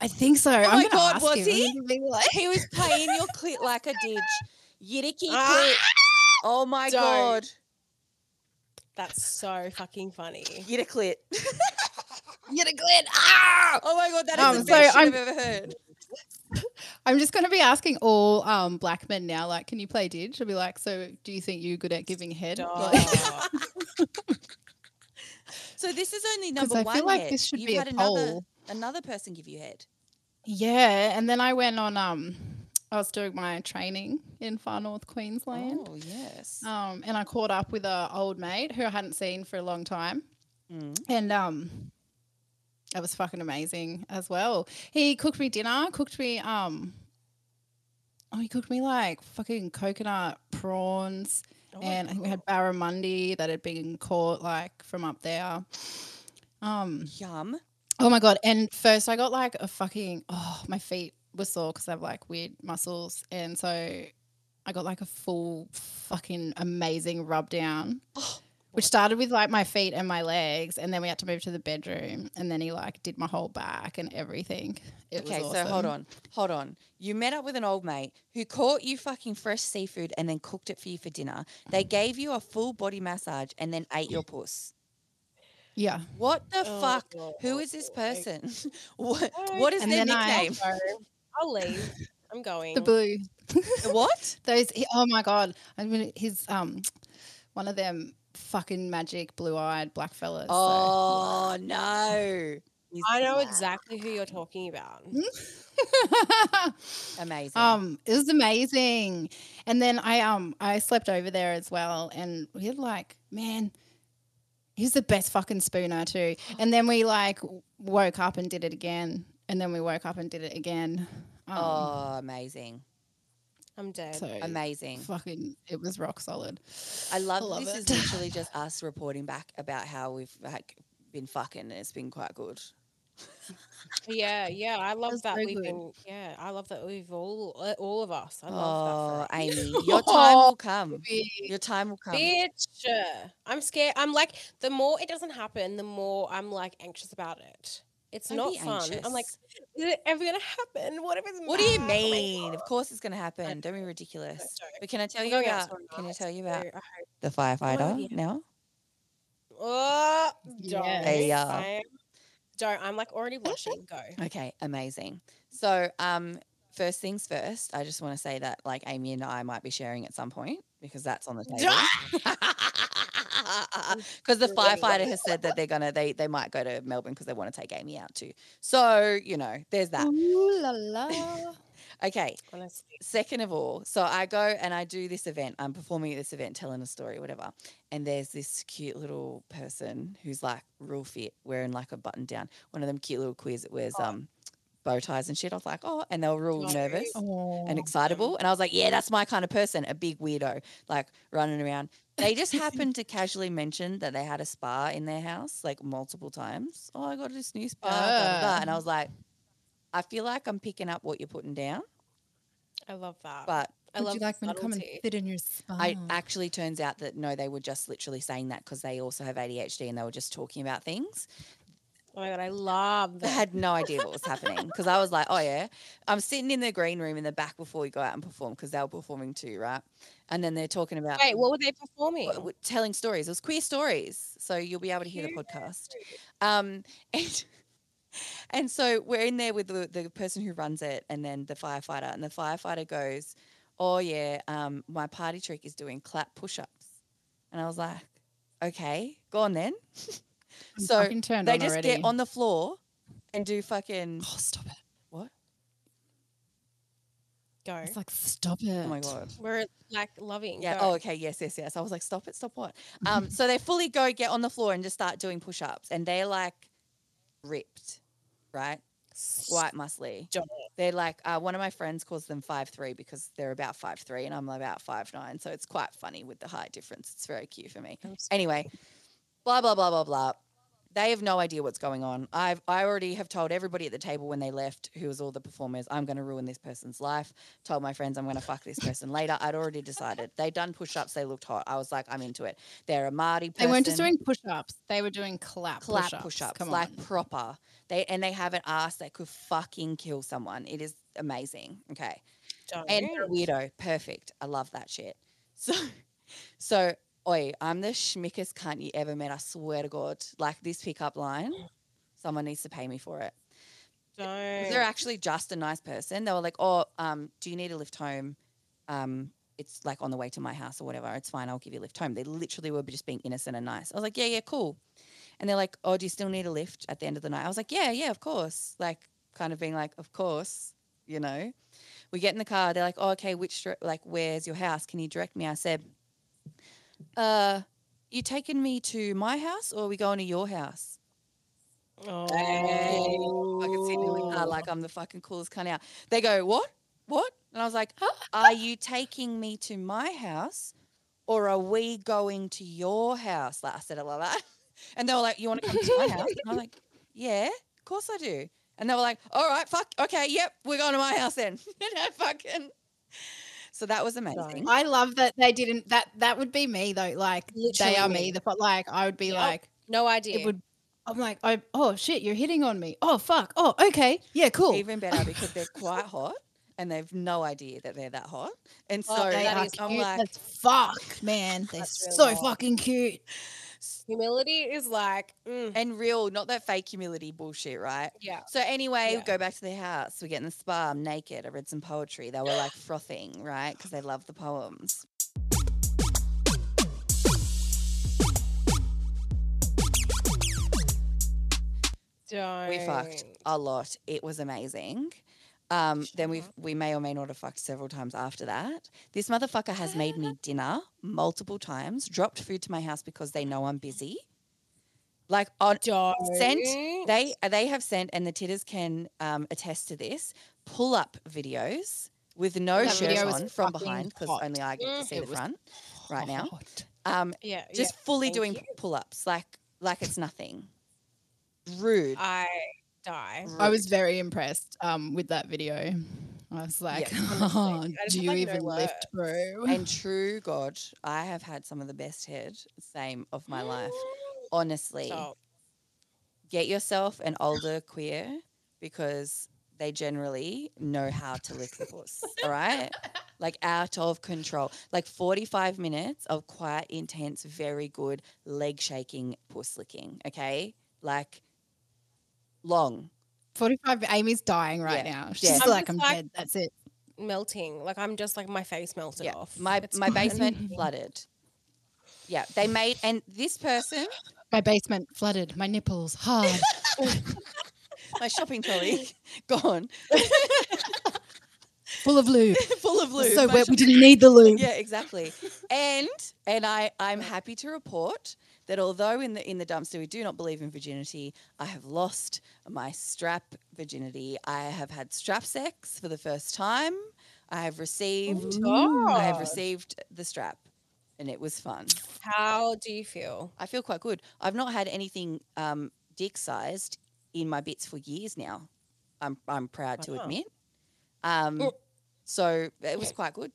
Speaker 3: I think so. I'm
Speaker 1: Oh my
Speaker 3: gonna
Speaker 1: God,
Speaker 3: ask
Speaker 1: was
Speaker 3: him. I'm
Speaker 1: he?
Speaker 3: gonna be like-
Speaker 1: He was playing your clit like a didge, yidicky
Speaker 2: Ah!
Speaker 1: clit. Oh my
Speaker 2: Don't.
Speaker 1: god,
Speaker 2: That's so fucking funny.
Speaker 1: yidda clit.
Speaker 3: Get a clit. Ah!
Speaker 1: Oh my god, that is
Speaker 3: Um,
Speaker 1: the
Speaker 3: so
Speaker 1: best shit
Speaker 3: I'm-
Speaker 1: I've ever heard.
Speaker 3: I'm just gonna be asking all um, black men now, like, can you play didge? I'll be like, so do you think you're good at giving head?
Speaker 2: Stop.
Speaker 3: Like,
Speaker 1: So this is only
Speaker 3: 'Cause
Speaker 1: number
Speaker 3: I
Speaker 1: one.
Speaker 3: feel like
Speaker 1: head.
Speaker 3: this should
Speaker 1: You've
Speaker 3: be a
Speaker 1: had another,
Speaker 3: poll.
Speaker 1: another person give you head.
Speaker 3: Yeah, and then I went on. Um, I was doing my training in Far North Queensland.
Speaker 1: Oh yes.
Speaker 3: um, and I caught up with a old mate who I hadn't seen for a long time,
Speaker 1: Mm.
Speaker 3: and um, that was fucking amazing as well. He cooked me dinner, cooked me um, oh, he cooked me like fucking coconut prawns,
Speaker 2: Oh my
Speaker 3: and I think we
Speaker 2: God.
Speaker 3: had barramundi that had been caught like from up there. Um,
Speaker 1: Yum.
Speaker 3: Oh my god! And first, I got like a fucking oh, my feet were sore because I have like weird muscles, and so I got like a full fucking amazing rub down,
Speaker 1: Oh,
Speaker 3: which started with like my feet and my legs, and then we had to move to the bedroom, and then he like did my whole back and everything. It
Speaker 1: okay,
Speaker 3: was
Speaker 1: so hold
Speaker 3: awesome.
Speaker 1: on, hold on. You met up with an old mate who caught you fucking fresh seafood and then cooked it for you for dinner. They gave you a full body massage and then ate your puss.
Speaker 3: yeah.
Speaker 1: What the
Speaker 2: Oh,
Speaker 1: fuck? Who is this
Speaker 2: Lord.
Speaker 1: person? what,
Speaker 2: What?
Speaker 1: what is
Speaker 3: And
Speaker 1: their
Speaker 3: then I-
Speaker 1: nickname?
Speaker 2: So, I'll leave. I'm going.
Speaker 3: The blue
Speaker 1: The what?
Speaker 3: Those he- oh my god! I mean, his um, one of them fucking magic blue eyed black fellas. so-
Speaker 1: Oh no! He's
Speaker 2: I know
Speaker 1: black.
Speaker 2: exactly who you're talking about.
Speaker 1: Hmm? Oh. Amazing.
Speaker 3: Um, it was amazing. And then I um I slept over there as well, and we had like man, He was the best fucking spooner too. And then we like w- woke up and did it again. And then we woke up and did it again. Um,
Speaker 1: Oh, amazing.
Speaker 2: I'm dead.
Speaker 3: so
Speaker 1: Amazing.
Speaker 3: fucking, it was rock solid.
Speaker 1: I love,
Speaker 3: love
Speaker 1: this is
Speaker 3: it.
Speaker 1: literally just us reporting back about how we've like been fucking and it's been quite good.
Speaker 2: Yeah, yeah. I love
Speaker 3: was
Speaker 2: that
Speaker 3: very
Speaker 2: we've
Speaker 3: good.
Speaker 2: been. Yeah, I love that we've all uh, all of us. I love
Speaker 1: Oh,
Speaker 2: that. for us.
Speaker 1: Amy, your time will come.
Speaker 3: We-
Speaker 1: Your time will come.
Speaker 2: Bitch, I'm scared. I'm like, the more it doesn't happen, the more I'm like anxious about it. It's
Speaker 1: Don't
Speaker 2: not
Speaker 1: be
Speaker 2: fun. I'm like,
Speaker 1: anxious.
Speaker 2: is it ever gonna happen? What if it's
Speaker 1: what do you
Speaker 2: mad? Oh my
Speaker 1: mean?
Speaker 2: God.
Speaker 1: of course it's going to happen. Don't be ridiculous.
Speaker 2: joke.
Speaker 1: But can I tell
Speaker 2: I'm
Speaker 1: you
Speaker 2: going out
Speaker 1: about,
Speaker 2: for a
Speaker 1: can I
Speaker 2: night,
Speaker 1: tell you about
Speaker 2: so I hope-
Speaker 1: the firefighter
Speaker 2: yeah.
Speaker 1: now?
Speaker 2: Oh, don't.
Speaker 3: Yes.
Speaker 1: Hey, uh,
Speaker 2: I am, don't. I'm like already blushing. Go.
Speaker 1: Okay, amazing. So, um, first things first, I just want to say that like Amy and I might be sharing at some point because that's on the table. Because the firefighter has said that they're gonna they they might go to Melbourne because they want to take Amy out too. So you know, there's that.
Speaker 2: Mm.
Speaker 3: Ooh la la.
Speaker 1: Okay.
Speaker 2: Honestly.
Speaker 1: Second of all, so I go and I do this event. I'm performing at this event, telling a story, whatever. And there's this cute little person who's like real fit, wearing like a button down, one of them cute little queers that wears um bow ties and shit. I was like, oh, and they were real
Speaker 2: Nice.
Speaker 1: nervous.
Speaker 3: Oh.
Speaker 1: and excitable. And I was like, yeah, that's my kind of person, a big weirdo, like running around. They just happened to casually mention that they had a spa in their house like multiple times. Oh, I got this new spa. blah, blah, blah."
Speaker 3: Ah.
Speaker 1: And I was like, I feel like I'm picking up what you're putting down,
Speaker 2: I love that.
Speaker 1: but
Speaker 2: I
Speaker 3: Would
Speaker 2: love
Speaker 3: you
Speaker 2: the
Speaker 3: like me to come and
Speaker 2: subtlety.
Speaker 3: fit in your spine?
Speaker 1: I actually turns out that no, they were just literally saying that because they also have ADHD and they were just talking about things.
Speaker 2: Oh my god, I love
Speaker 1: I
Speaker 2: that.
Speaker 1: had no idea what was happening because I was like, oh yeah, I'm sitting in the green room in the back before we go out and perform because they were performing too, right? And then they're talking about
Speaker 2: Wait, what were they performing?
Speaker 1: w- w- telling stories. It was queer stories, so you'll be able to hear the podcast. Um, and and so we're in there with the, the person who runs it, and then the firefighter, and the firefighter goes, "Oh yeah, um, my party trick is doing clap push-ups," and I was like, "Okay, go on then."
Speaker 3: I'm
Speaker 1: so
Speaker 3: fucking turned
Speaker 1: they
Speaker 3: on
Speaker 1: just
Speaker 3: already.
Speaker 1: get on the floor and do fucking.
Speaker 3: Oh, stop it!
Speaker 2: Go.
Speaker 3: It's like stop it!
Speaker 1: Oh my god.
Speaker 2: We're like loving.
Speaker 1: Yeah.
Speaker 2: Go.
Speaker 1: Oh, okay. Yes, yes, yes. I was like, stop it, stop what? Um, so they fully go get on the floor and just start doing push ups, and they're like ripped, right? White muscly.
Speaker 2: Stop.
Speaker 1: They're like uh, one of my friends calls them five three because they're about five three, and I'm about five nine, so it's quite funny with the height difference. It's very cute for me.
Speaker 2: I'm sorry.
Speaker 1: Anyway, blah blah blah blah blah. They have no idea what's going on. I've I already have told everybody at the table when they left, who was all the performers, I'm going to ruin this person's life. Told my friends I'm going to fuck this person later. I'd already decided. They done push ups. They looked hot. I was like, I'm into it. They're a Mardi.
Speaker 3: They
Speaker 1: Person,
Speaker 3: weren't just doing push-ups; they were doing clap
Speaker 1: clap
Speaker 3: push-ups.
Speaker 1: push ups
Speaker 3: Come
Speaker 1: like
Speaker 3: on.
Speaker 1: proper. They and they have an ass that could fucking kill someone. It is amazing. Okay
Speaker 2: Don't.
Speaker 1: and they're a weirdo. Perfect. I love that shit. So, so, oi, I'm the schmickest cunt you ever met. I swear to God. Like this pickup line, someone needs to pay me for it. 'Cause
Speaker 2: Don't.
Speaker 1: They're actually just a nice person. They were like, oh, um, do you need a lift home? Um, it's like on the way to my house or whatever. It's fine. I'll give you a lift home. They literally were just being innocent and nice. I was like, yeah, yeah, cool. And they're like, oh, do you still need a lift at the end of the night? I was like, yeah, yeah, of course. Like, kind of being like, of course, you know. We get in the car. They're like, oh, okay, which, dir- like, where's your house? Can you direct me? I said, uh, you taking me to my house or are we going to your house?
Speaker 2: Oh.
Speaker 1: I can sit in the car like I'm the fucking coolest cunt out. They go, what? What? And I was like, are you taking me to my house or are we going to your house? Like I said it like that. And they were like, you want to come to my house? And I'm like, yeah, of course I do. And they were like, all right, fuck, okay, yep, we're going to my house then. and I fucking... So that was amazing.
Speaker 3: I love that they didn't. That that would be me though. Like
Speaker 2: Literally
Speaker 3: they are
Speaker 2: me.
Speaker 3: me. The but like I would be
Speaker 2: Yep.
Speaker 3: like
Speaker 2: No idea.
Speaker 3: it would. I'm like I, oh shit, you're hitting on me. Oh fuck. Oh okay. Yeah, cool.
Speaker 1: Even better because they're quite hot and they've no idea that they're that hot. And so
Speaker 2: Oh,
Speaker 3: they
Speaker 2: that
Speaker 3: are
Speaker 2: is-
Speaker 1: I'm
Speaker 3: cute
Speaker 1: like,
Speaker 3: as fuck, man. They're
Speaker 2: That's really
Speaker 3: so
Speaker 2: hot.
Speaker 3: fucking cute.
Speaker 2: Humility is like, mm,
Speaker 1: and real, not that fake humility bullshit, right?
Speaker 2: yeah.
Speaker 1: So anyway, we
Speaker 2: Yeah.
Speaker 1: go back to their house. We get in the spa. I'm naked. I read some poetry. They were like frothing, right? Because they love the poems.
Speaker 2: Don't.
Speaker 1: We fucked a lot. It was amazing. Um, then we
Speaker 2: Sure.
Speaker 1: we may or may not have fucked several times after that. This motherfucker has made me dinner multiple times. Dropped food to my house because they know I'm busy. Like on
Speaker 2: Don't.
Speaker 1: sent they uh, they have sent and the titters can um, attest to this pull up videos with no
Speaker 3: That
Speaker 1: shirt
Speaker 3: video was
Speaker 1: on from
Speaker 3: fucking
Speaker 1: behind because
Speaker 3: hot.
Speaker 1: only I get to
Speaker 2: Mm.
Speaker 1: see
Speaker 3: It
Speaker 1: the
Speaker 3: was
Speaker 1: front right now.
Speaker 3: Hot.
Speaker 1: Um,
Speaker 2: Yeah.
Speaker 1: just
Speaker 2: yeah.
Speaker 1: fully
Speaker 2: Thank
Speaker 1: doing
Speaker 2: you.
Speaker 1: pull ups like like it's nothing. Rude.
Speaker 2: I die.
Speaker 3: I was very impressed um, with that video. I was like, oh,
Speaker 2: honestly. I just
Speaker 3: do
Speaker 2: have,
Speaker 3: you
Speaker 2: like, no
Speaker 3: even lift, bro?
Speaker 1: and true God, I have had some of the best head same of my life. Honestly,
Speaker 2: So,
Speaker 1: get yourself an older queer because they generally know how to lift the puss. all right, like out of control. Like forty-five minutes of quite intense, very good leg shaking, puss licking. Okay, like long.
Speaker 3: 45, Amy's dying right
Speaker 1: Yeah.
Speaker 3: now. She's
Speaker 1: I'm
Speaker 3: like,
Speaker 2: just
Speaker 3: I'm
Speaker 2: like-
Speaker 3: dead. That's it.
Speaker 2: melting. Like I'm just like my face melted
Speaker 1: Yeah,
Speaker 2: off.
Speaker 1: my
Speaker 2: It's
Speaker 1: my
Speaker 2: fine.
Speaker 1: basement flooded. Yeah, they made and this person,
Speaker 3: My basement flooded. My nipples hard.
Speaker 1: my shopping trolley, gone
Speaker 3: full of lube.
Speaker 1: full of lube.
Speaker 3: so
Speaker 1: My
Speaker 3: wet, we didn't need the lube.
Speaker 1: yeah exactly and and i i'm happy to report that although in the in the dumpster we do not believe in virginity i have lost my strap virginity i have had strap sex for the first time i have received i have
Speaker 2: Oh God.
Speaker 1: received the strap and it was fun
Speaker 2: How do you feel?
Speaker 1: i feel quite good i've not had anything um dick sized in my bits for years now i'm i'm proud to
Speaker 2: Wow.
Speaker 1: admit um
Speaker 2: Mm.
Speaker 1: so it was quite good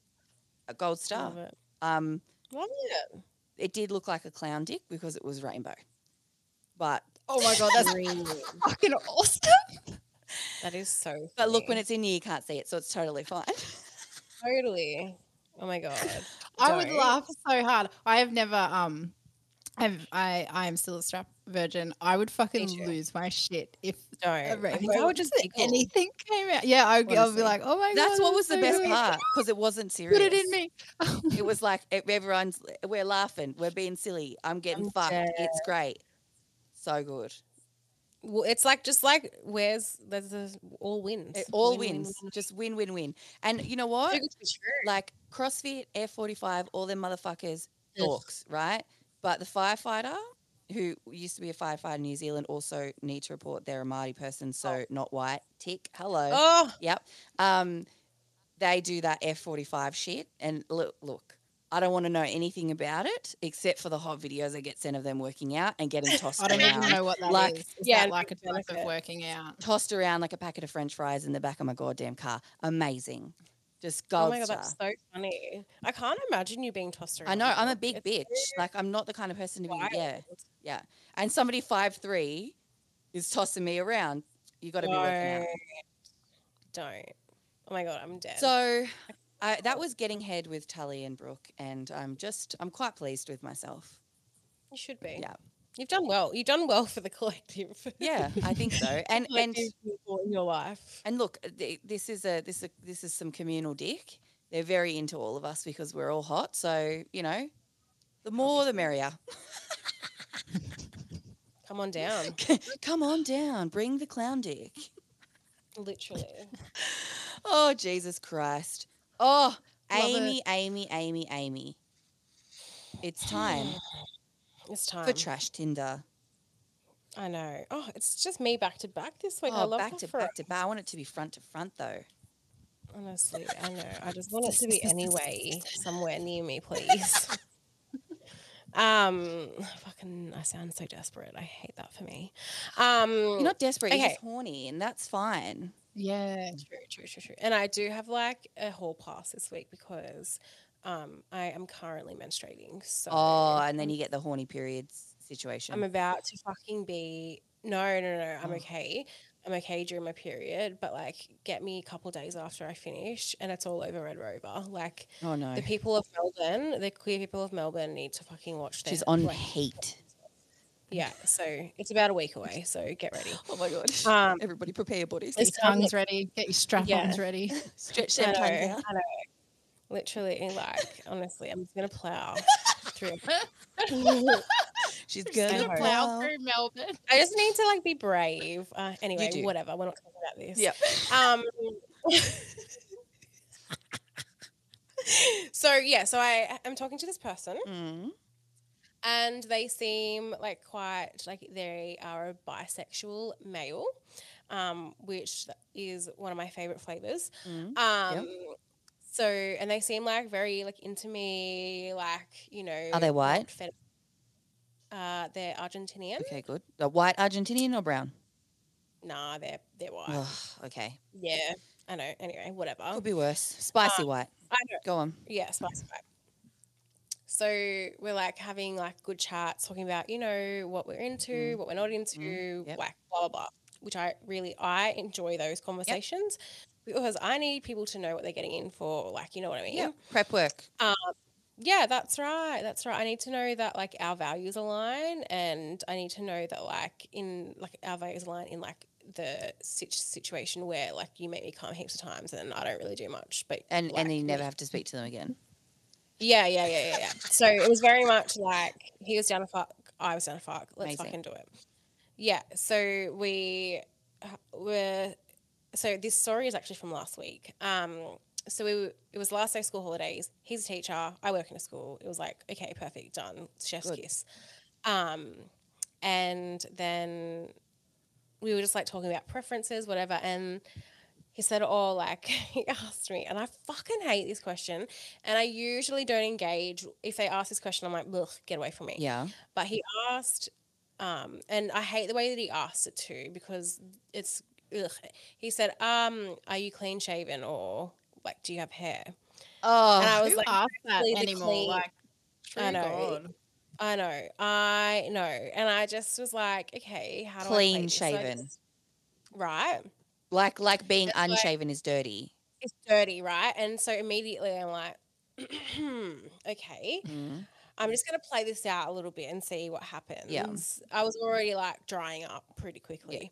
Speaker 1: a gold star
Speaker 2: Love it.
Speaker 1: um
Speaker 2: Love it.
Speaker 1: it did look like a clown dick because it was rainbow. But oh my god, that's
Speaker 3: Fucking awesome.
Speaker 2: That is so.
Speaker 1: but look when
Speaker 2: funny.
Speaker 1: it's in you, you can't see it, so it's totally fine.
Speaker 2: totally. Oh my god.
Speaker 3: I would
Speaker 2: Don't.
Speaker 3: laugh so hard. I have never um I've, I I am still a strap virgin. I would fucking
Speaker 2: too.
Speaker 3: lose my shit if
Speaker 2: No.
Speaker 3: a
Speaker 2: I think
Speaker 3: rainbow
Speaker 2: I would just giggle.
Speaker 3: anything came out. Yeah, I'd, I'd
Speaker 2: Honestly.
Speaker 3: be like, oh my god.
Speaker 1: That's what was
Speaker 3: that's
Speaker 1: the
Speaker 3: so
Speaker 1: best
Speaker 3: good.
Speaker 1: part because it wasn't serious.
Speaker 3: Put it in me.
Speaker 1: It was like e- everyone's we're laughing, we're being silly. I'm getting
Speaker 2: I'm
Speaker 1: fucked.
Speaker 2: dead.
Speaker 1: It's great. So good.
Speaker 2: Well, it's like just like where's there's this all wins.
Speaker 1: It all
Speaker 2: Win, win,
Speaker 1: wins.
Speaker 2: win.
Speaker 1: Just win, win, win. And you know
Speaker 2: Too
Speaker 1: what?
Speaker 2: good to be true.
Speaker 1: Like CrossFit, Air 45, all them motherfuckers
Speaker 2: Ugh.
Speaker 1: dorks, right? But the firefighter who used to be a firefighter in New Zealand also need to report they're a Māori person, so not white. Tick. Hello.
Speaker 2: Oh,
Speaker 1: Yep. Um, they do that F forty five shit, and look, look. I don't want to know anything about it except for the hot videos I get sent of them working out and getting tossed
Speaker 3: I don't
Speaker 1: around,
Speaker 3: even know what that is.
Speaker 1: Like-
Speaker 3: is.
Speaker 2: Yeah,
Speaker 3: that like a type
Speaker 2: benefit.
Speaker 3: of working out.
Speaker 1: tossed around like a packet of French fries in the back of my goddamn car. Amazing, just gold
Speaker 2: oh my god,
Speaker 1: star.
Speaker 2: that's so funny. I can't imagine you being tossed around.
Speaker 1: I know I'm a
Speaker 2: like,
Speaker 1: big
Speaker 2: it's
Speaker 1: bitch. Like I'm not the kind of person to be.
Speaker 2: wild.
Speaker 1: Yeah, yeah. And somebody five three is tossing me around. You got to be working out.
Speaker 2: Don't. Don't. Oh my god, I'm dead.
Speaker 1: So I, that was getting head with Tully and Brooke, and I'm just I'm quite pleased with myself.
Speaker 2: you should be.
Speaker 1: Yeah.
Speaker 2: You've done well. You've done well for the collective.
Speaker 1: Yeah, I think so. And and
Speaker 2: Collective people in your life.
Speaker 1: and look, th- this is a this a, this is some communal dick. They're very into all of us because we're all hot. So you know, the more the merrier.
Speaker 2: Come on down.
Speaker 1: Come on down, bring the clown dick.
Speaker 2: Literally.
Speaker 1: Oh Jesus Christ! Oh
Speaker 3: Love
Speaker 1: Amy, Amy, Amy, Amy. It's time
Speaker 2: It's time.
Speaker 1: for trash Tinder.
Speaker 2: I know. Oh, it's just me back to back this week. I
Speaker 1: Oh,
Speaker 2: love
Speaker 1: back
Speaker 2: that
Speaker 1: to
Speaker 2: for
Speaker 1: back to back. I want it to be front to front though.
Speaker 2: Honestly, I know. I just want it to be anyway, somewhere near me, please. um, fucking, I sound so desperate. I hate that for me. Um,
Speaker 1: You're not desperate. You're
Speaker 2: Okay.
Speaker 1: just horny, and that's fine.
Speaker 3: Yeah.
Speaker 2: true, true, true, true. And I do have like a hall pass this week because um, I am currently menstruating. So
Speaker 1: Oh, and then you get the horny periods situation.
Speaker 2: I'm about to fucking be. No, no, no. I'm
Speaker 1: Oh.
Speaker 2: okay. I'm okay during my period, but like, get me a couple days after I finish, and it's all over Red Rover. Like,
Speaker 1: oh no,
Speaker 2: The people of Melbourne, the queer people of Melbourne, need to fucking watch this.
Speaker 1: she's on heat.
Speaker 2: Yeah, so it's about a week away. So get ready.
Speaker 1: Oh my god!
Speaker 2: Um,
Speaker 1: Everybody, prepare your bodies.
Speaker 3: Get
Speaker 2: It's
Speaker 3: your
Speaker 2: time
Speaker 3: tongues ready. Get your strap ons
Speaker 2: Yeah.
Speaker 3: ready.
Speaker 1: Stretch
Speaker 2: I
Speaker 1: them
Speaker 2: know,
Speaker 1: tongues out.
Speaker 2: I know. Literally, like honestly, I'm just gonna plow through.
Speaker 1: She's
Speaker 3: Just
Speaker 1: gonna
Speaker 2: gonna
Speaker 1: plow.
Speaker 3: through Melbourne.
Speaker 2: I just need to like be brave. Uh, anyway,
Speaker 1: do.
Speaker 2: whatever. We're not talking about this.
Speaker 1: Yeah.
Speaker 2: Um. so yeah, so I am talking to this person.
Speaker 1: Mm.
Speaker 2: and they seem like quite like they are a bisexual male, um, which is one of my favorite flavors.
Speaker 1: Mm.
Speaker 2: Um, So and they seem like very like into me, like you know.
Speaker 1: Are they white?
Speaker 2: fe- Uh, they're Argentinian.
Speaker 1: Okay, good. A white Argentinian or brown?
Speaker 2: Nah, they're they're white. Oh.
Speaker 1: Ugh, okay.
Speaker 2: Yeah, I know. Anyway, whatever.
Speaker 1: Could be worse. Spicy white.
Speaker 2: I know.
Speaker 1: Go on.
Speaker 2: Yeah, spicy vibe. So we're like having like good chats, talking about you know what we're into,
Speaker 1: Mm.
Speaker 2: what we're not into,
Speaker 1: Yep.
Speaker 2: like blah blah blah. Which I really I enjoy those conversations because I need people to know what they're getting in for. Like you know what I mean?
Speaker 1: Yeah. Prep work.
Speaker 2: Yeah, that's right. That's right. I need to know that like our values align, and I need to know that like in like our values align in like the sit- situation where like you make me come heaps of times and I don't really do much, but
Speaker 1: And
Speaker 2: like,
Speaker 1: and then you
Speaker 2: we
Speaker 1: never have to speak to them again.
Speaker 2: Yeah, yeah, yeah, yeah, yeah. So it was very much like he was down to fuck, I was down to fuck. Let's
Speaker 1: Amazing.
Speaker 2: fucking do it. Yeah. So we uh, were. So this story is actually from last week. Um. So we were- it was last day of school holidays. He's a teacher. I work in a school. It was like okay, perfect, done. Chef's
Speaker 1: Good.
Speaker 2: kiss. Um, and then we were just like talking about preferences, whatever, and he said, Oh, like, he asked me, and I fucking hate this question. And I usually don't engage. If they ask this question, I'm like, Ugh, get away from me.
Speaker 1: Yeah.
Speaker 2: But he asked, um, and I hate the way that he asked it too because it's, ugh. He said, um, Are you clean shaven or like, do you have hair?
Speaker 1: Oh,
Speaker 2: I was
Speaker 3: Who
Speaker 2: like,
Speaker 3: asked that
Speaker 2: really
Speaker 3: anymore?
Speaker 2: clean.
Speaker 3: Like, true
Speaker 2: I know. eh?"
Speaker 3: God.
Speaker 2: I know, I know. And I just was like, Okay, how do I play
Speaker 1: clean
Speaker 2: this?" So I
Speaker 1: shaven.
Speaker 2: just- right.
Speaker 1: Like like being
Speaker 2: It's like-
Speaker 1: unshaven is dirty.
Speaker 2: it's dirty, right? And so immediately I'm like, okay,
Speaker 1: Mm.
Speaker 2: I'm just gonna play this out a little bit and see what happens.
Speaker 1: Yeah.
Speaker 2: I was already like drying up pretty quickly.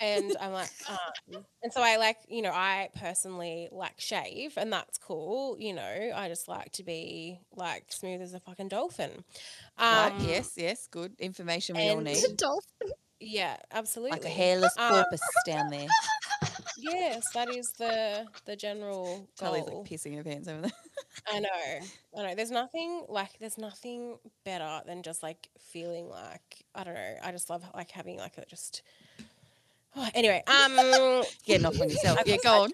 Speaker 2: And I'm like, um, and so I like, you know, I personally like shave, and that's cool. You know, I just like to be like smooth as a fucking dolphin.
Speaker 1: Right,
Speaker 2: Um,
Speaker 1: yes, yes, good information we all
Speaker 2: and-
Speaker 1: need.
Speaker 2: yeah, absolutely.
Speaker 1: Like a hairless
Speaker 2: Um,
Speaker 1: porpoise down there.
Speaker 2: Yes, that is the the general
Speaker 1: Charlie's
Speaker 2: goal.
Speaker 1: like pissing her pants over there.
Speaker 2: I know. I know. There's nothing like there's nothing better than just like feeling like I don't know. I just love like having like a just anyway. Um
Speaker 1: Getting off on yourself.
Speaker 2: I
Speaker 1: Yeah,
Speaker 2: got
Speaker 1: go on.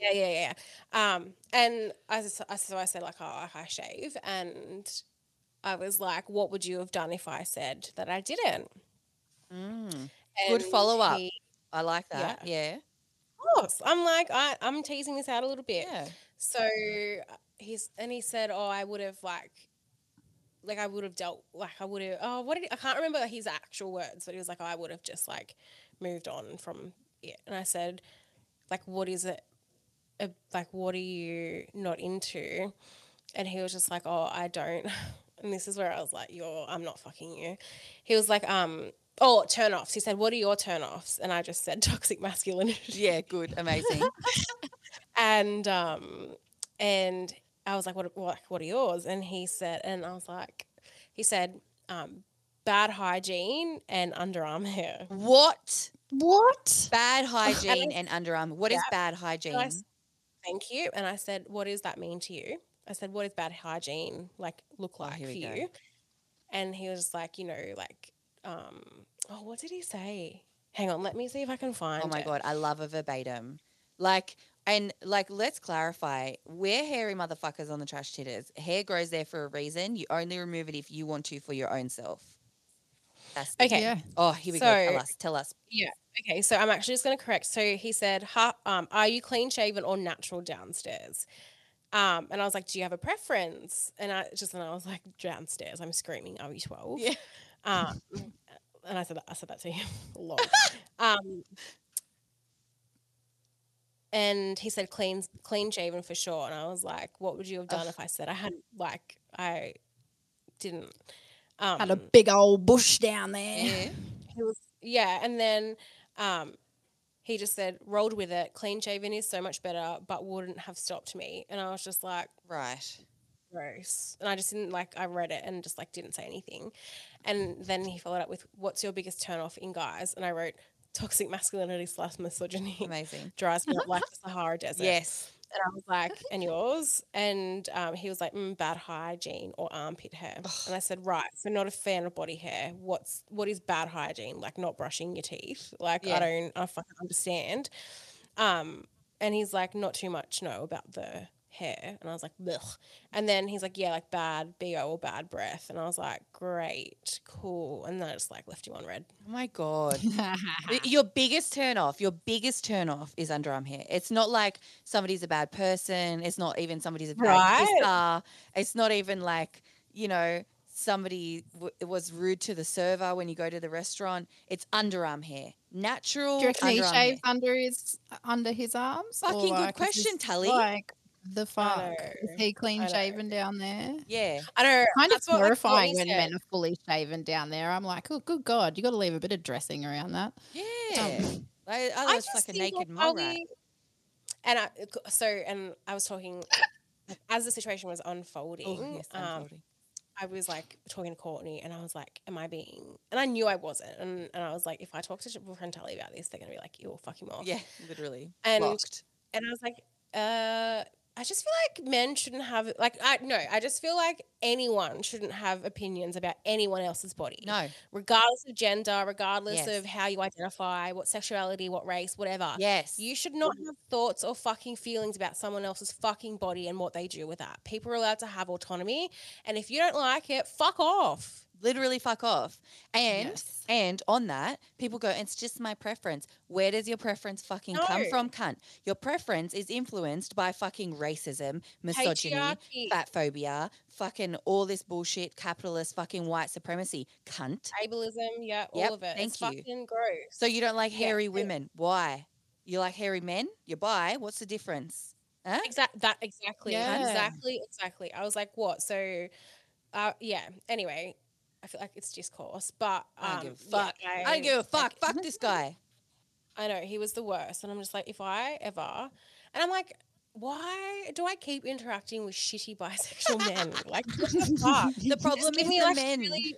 Speaker 2: yeah, yeah, yeah. Um and I s- I s- so I said like oh like I shave and I was like, what would you have done if I said that I didn't?
Speaker 1: Mm. Good
Speaker 2: And
Speaker 1: follow-up.
Speaker 2: he-
Speaker 1: I like that. Yeah.
Speaker 2: Of course. I'm like, I, I'm teasing this out a little bit.
Speaker 1: Yeah.
Speaker 2: So uh, he's and he said, "Oh, I would have like, like I would have dealt like I would have. Oh, what did he, I can't remember his actual words, but he was like, oh, I would have just like moved on from it." And I said, "Like, what is it? uh, Like, what are you not into?" And he was just like, "Oh, I don't." And this is where I was like, "You're, I'm not fucking you." He was like, "Um." Oh, turn offs. He said, What are your turn offs? And I just said toxic masculinity
Speaker 1: Yeah, good. Amazing.
Speaker 2: and um and I was like, what what what are yours? And he said, and I was like, he said, um, bad hygiene and underarm hair.
Speaker 1: what?
Speaker 3: What?
Speaker 1: Bad hygiene and underarm. What is
Speaker 2: Yeah.
Speaker 1: bad hygiene?
Speaker 2: I s- Thank you. And I said, what does that mean to you? I said, what does bad hygiene like look
Speaker 1: Oh,
Speaker 2: like
Speaker 1: here
Speaker 2: for
Speaker 1: we go.
Speaker 2: you? And he was like, you know, like, um, oh, what did he say? Hang on, let me see if I can find.
Speaker 1: Oh my
Speaker 2: it.
Speaker 1: god, I love a verbatim. Like and like let's clarify, we're hairy motherfuckers on the trash titters. Hair grows there for a reason. You only remove it if you want to for your own self. That's the-
Speaker 2: Okay.
Speaker 3: Yeah.
Speaker 1: Oh, here we go. Tell
Speaker 2: So-
Speaker 1: us. Tell us.
Speaker 2: Okay, so I'm actually just going to correct. So he said, ha, um, "Are you clean shaven or natural downstairs?" Um, and I was like, "Do you have a preference?" And I just and I was like, "Downstairs." I'm screaming, "Are you 12?"
Speaker 1: Yeah.
Speaker 2: Um, and I said that, I said that to him. Lol. um, and he said, "Clean, clean shaven for sure." And I was like, "What would you have done
Speaker 1: Ugh.
Speaker 2: if I said I hadn't like I didn't?" Um,
Speaker 3: Had a big old bush down there.
Speaker 1: Yeah.
Speaker 2: he was yeah and then um he just said rolled with it clean shaven is so much better but wouldn't have stopped me and i was just like
Speaker 1: Right.
Speaker 2: gross and i just didn't like i read it and just like didn't say anything and then he followed up with what's your biggest turn off in guys and i wrote toxic masculinity slash misogyny
Speaker 1: Amazing.
Speaker 2: drives me up like the sahara desert
Speaker 1: Yes.
Speaker 2: And I was like, and yours? And um, he was like, mm, bad hygiene or armpit hair. And I said, right. So not a fan of body hair. What's what is bad hygiene? Like not brushing your teeth. Like
Speaker 1: Yeah.
Speaker 2: I don't, I fucking understand. Um, and he's like, not too much. No, about the hair. And I was like, Blech. and then he's like, yeah, like bad bo or bad breath. And I was like, great, cool. And then I just like left you on red.
Speaker 1: Oh my god. Y- Your biggest turn off, your biggest turn off is underarm hair. It's not like somebody's a bad person. It's not even somebody's a bad
Speaker 2: Right.
Speaker 1: sister. It's not even like, you know, somebody w- was rude to the server when you go to the restaurant. It's underarm hair. Natural
Speaker 3: Do you reckon he
Speaker 1: underarm hair.
Speaker 3: shaves under his under his arms? or,
Speaker 1: Fucking good
Speaker 3: like, is this,
Speaker 1: question, Tully.
Speaker 3: Like the fuck,
Speaker 2: know.
Speaker 3: is he
Speaker 2: I
Speaker 3: clean
Speaker 2: know.
Speaker 3: shaven down there?
Speaker 1: Yeah.
Speaker 2: I don't know.
Speaker 3: Kind of
Speaker 2: that's what- that's what
Speaker 3: horrifying
Speaker 2: he
Speaker 3: when
Speaker 2: said.
Speaker 3: men are fully shaven down there. I'm like, oh, good god, you got to leave a bit of dressing around that.
Speaker 1: Yeah. Like,
Speaker 2: I
Speaker 1: otherwise,
Speaker 2: just
Speaker 1: like a
Speaker 2: think
Speaker 1: naked
Speaker 2: that
Speaker 1: mole
Speaker 2: Bowie-
Speaker 1: rat.
Speaker 2: And I, so, and I was talking as the situation was unfolding.
Speaker 1: Oh, yes, I'm
Speaker 2: um,
Speaker 1: folding.
Speaker 2: I was like talking to Courtney, and I was like, "Am I being?" And I knew I wasn't. And, and I was like, "If I talk to Sh- and Tully about this, they're gonna be like, you're fucking off.'"
Speaker 1: yeah, literally.
Speaker 2: and-
Speaker 1: Blocked.
Speaker 2: And I was like, "Uh." I just feel like men shouldn't have like I no I just feel like anyone shouldn't have opinions about anyone else's body.
Speaker 1: No.
Speaker 2: regardless of gender, regardless
Speaker 1: Yes.
Speaker 2: of how you identify, what sexuality, what race, whatever.
Speaker 1: Yes.
Speaker 2: You should not have thoughts or fucking feelings about someone else's fucking body and what they do with that. People are allowed to have autonomy, and if you don't like it, fuck off.
Speaker 1: literally fuck off. And
Speaker 3: Yes.
Speaker 1: and on that, people go, it's just my preference. Where does your preference fucking come
Speaker 2: No.
Speaker 1: from, cunt? Your preference is influenced by fucking racism, misogyny,
Speaker 2: Patriarchy,
Speaker 1: fat phobia, fucking all this bullshit, capitalist fucking white supremacy, cunt.
Speaker 2: ableism, yeah, all
Speaker 1: Yep,
Speaker 2: of it. it's
Speaker 1: thank you.
Speaker 2: fucking gross.
Speaker 1: So you don't like
Speaker 2: Yeah,
Speaker 1: hairy
Speaker 2: and-
Speaker 1: women. Why? You like hairy men? You're bi. What's the difference? Huh?
Speaker 2: Exactly. That exactly.
Speaker 3: Yeah.
Speaker 2: Exactly. Exactly. I was like, what? So, uh, yeah. Anyway, I feel like it's discourse, but
Speaker 1: I
Speaker 2: um,
Speaker 1: don't give a
Speaker 2: yeah,
Speaker 1: fuck. I don't give a fuck.
Speaker 2: like-
Speaker 1: fuck this guy.
Speaker 2: I know he was the worst, and I'm just like, if I ever, and I'm like, why do I keep interacting with shitty bisexual men? Like, what the fuck?
Speaker 1: The problem
Speaker 2: Give
Speaker 1: is
Speaker 2: me,
Speaker 1: the
Speaker 2: like,
Speaker 1: men.
Speaker 2: really-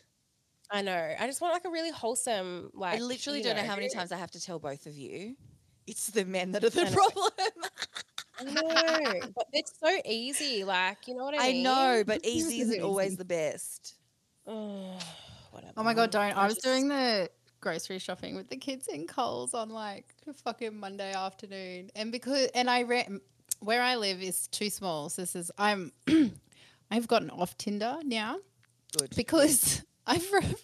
Speaker 2: I know. I just want like a really wholesome, like.
Speaker 1: I literally
Speaker 2: you
Speaker 1: don't know, how many times I have to tell both of you. It's the men that are the
Speaker 2: I know.
Speaker 1: problem.
Speaker 2: I know, but it's so easy. Like, you know what I
Speaker 1: I
Speaker 2: mean?
Speaker 1: know, but
Speaker 3: This
Speaker 1: easy
Speaker 3: isn't
Speaker 1: isn't always
Speaker 3: easy.
Speaker 1: the best.
Speaker 2: Ugh, whatever.
Speaker 3: Oh my god, don't! I was
Speaker 2: just-
Speaker 3: doing the grocery shopping with the kids in Coles on like a fucking Monday afternoon, and because and I ran where I live is too small. So this is I'm I've gotten off Tinder now
Speaker 1: Good.
Speaker 3: because I've. Re-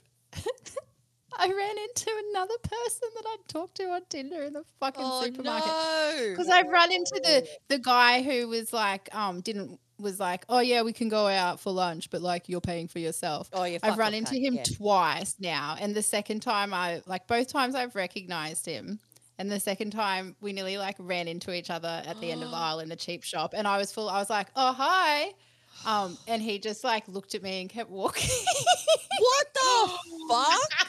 Speaker 3: I ran into another person that I'd talked to on Tinder in the fucking supermarket.
Speaker 1: Oh, no.
Speaker 3: Because I've run into the the guy who was like, um, didn't was like, oh yeah, we can go out for lunch, but like you're paying for yourself.
Speaker 1: Oh, yeah,
Speaker 3: I've
Speaker 1: fuck
Speaker 3: run
Speaker 1: off,
Speaker 3: into
Speaker 1: cunt.
Speaker 3: him
Speaker 1: Yeah.
Speaker 3: twice now, and the second time I like both times I've recognized him. And the second time we nearly like ran into each other at the end of the aisle in the cheap shop, and I was full. I was like, "Oh hi," um, and he just like looked at me and kept walking.
Speaker 1: What the fuck?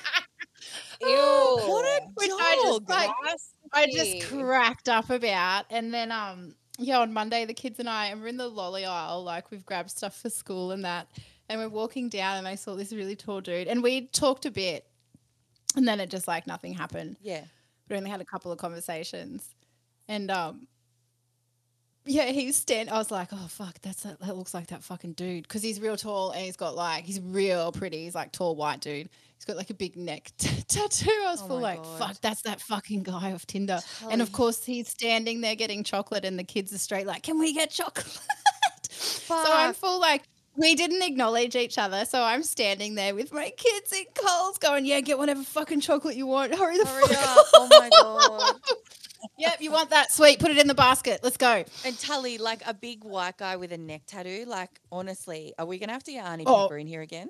Speaker 2: Ew.
Speaker 1: What a
Speaker 3: Which
Speaker 1: dog.
Speaker 3: I just, like, I just
Speaker 2: Nasty.
Speaker 3: cracked up about. And then, um, yeah, on Monday, the kids and I, and we're in the lolly aisle, like we've grabbed stuff for school and that. And we're walking down, and I saw this really tall dude, and we talked a bit, and then it just like nothing happened.
Speaker 1: yeah.
Speaker 3: We only had a couple of conversations, and um, yeah, he's stand. I was like, oh fuck, that's that, that looks like that fucking dude because he's real tall and he's got like he's real pretty. He's like tall white dude. He's got like a big neck tattoo. I was
Speaker 1: Oh
Speaker 3: full
Speaker 1: my
Speaker 3: like,
Speaker 1: God.
Speaker 3: fuck, that's that fucking guy off Tinder. And of
Speaker 1: Tully.
Speaker 3: course, he's standing there getting chocolate, and the kids are straight like, "Can we get chocolate?"
Speaker 1: Fuck.
Speaker 3: So I'm full like, we didn't acknowledge each other. So I'm standing there with my kids in Coles, going, "Yeah, get whatever fucking chocolate you want. Hurry the
Speaker 1: Hurry
Speaker 3: fuck up.
Speaker 1: up. Oh my god.
Speaker 3: Yep, you want that? Sweet, put it in the basket. Let's go."
Speaker 1: And Tully, like a big white guy with a neck tattoo, like honestly, are we gonna have to get Arnie
Speaker 3: Oh.
Speaker 1: Pepper in here again?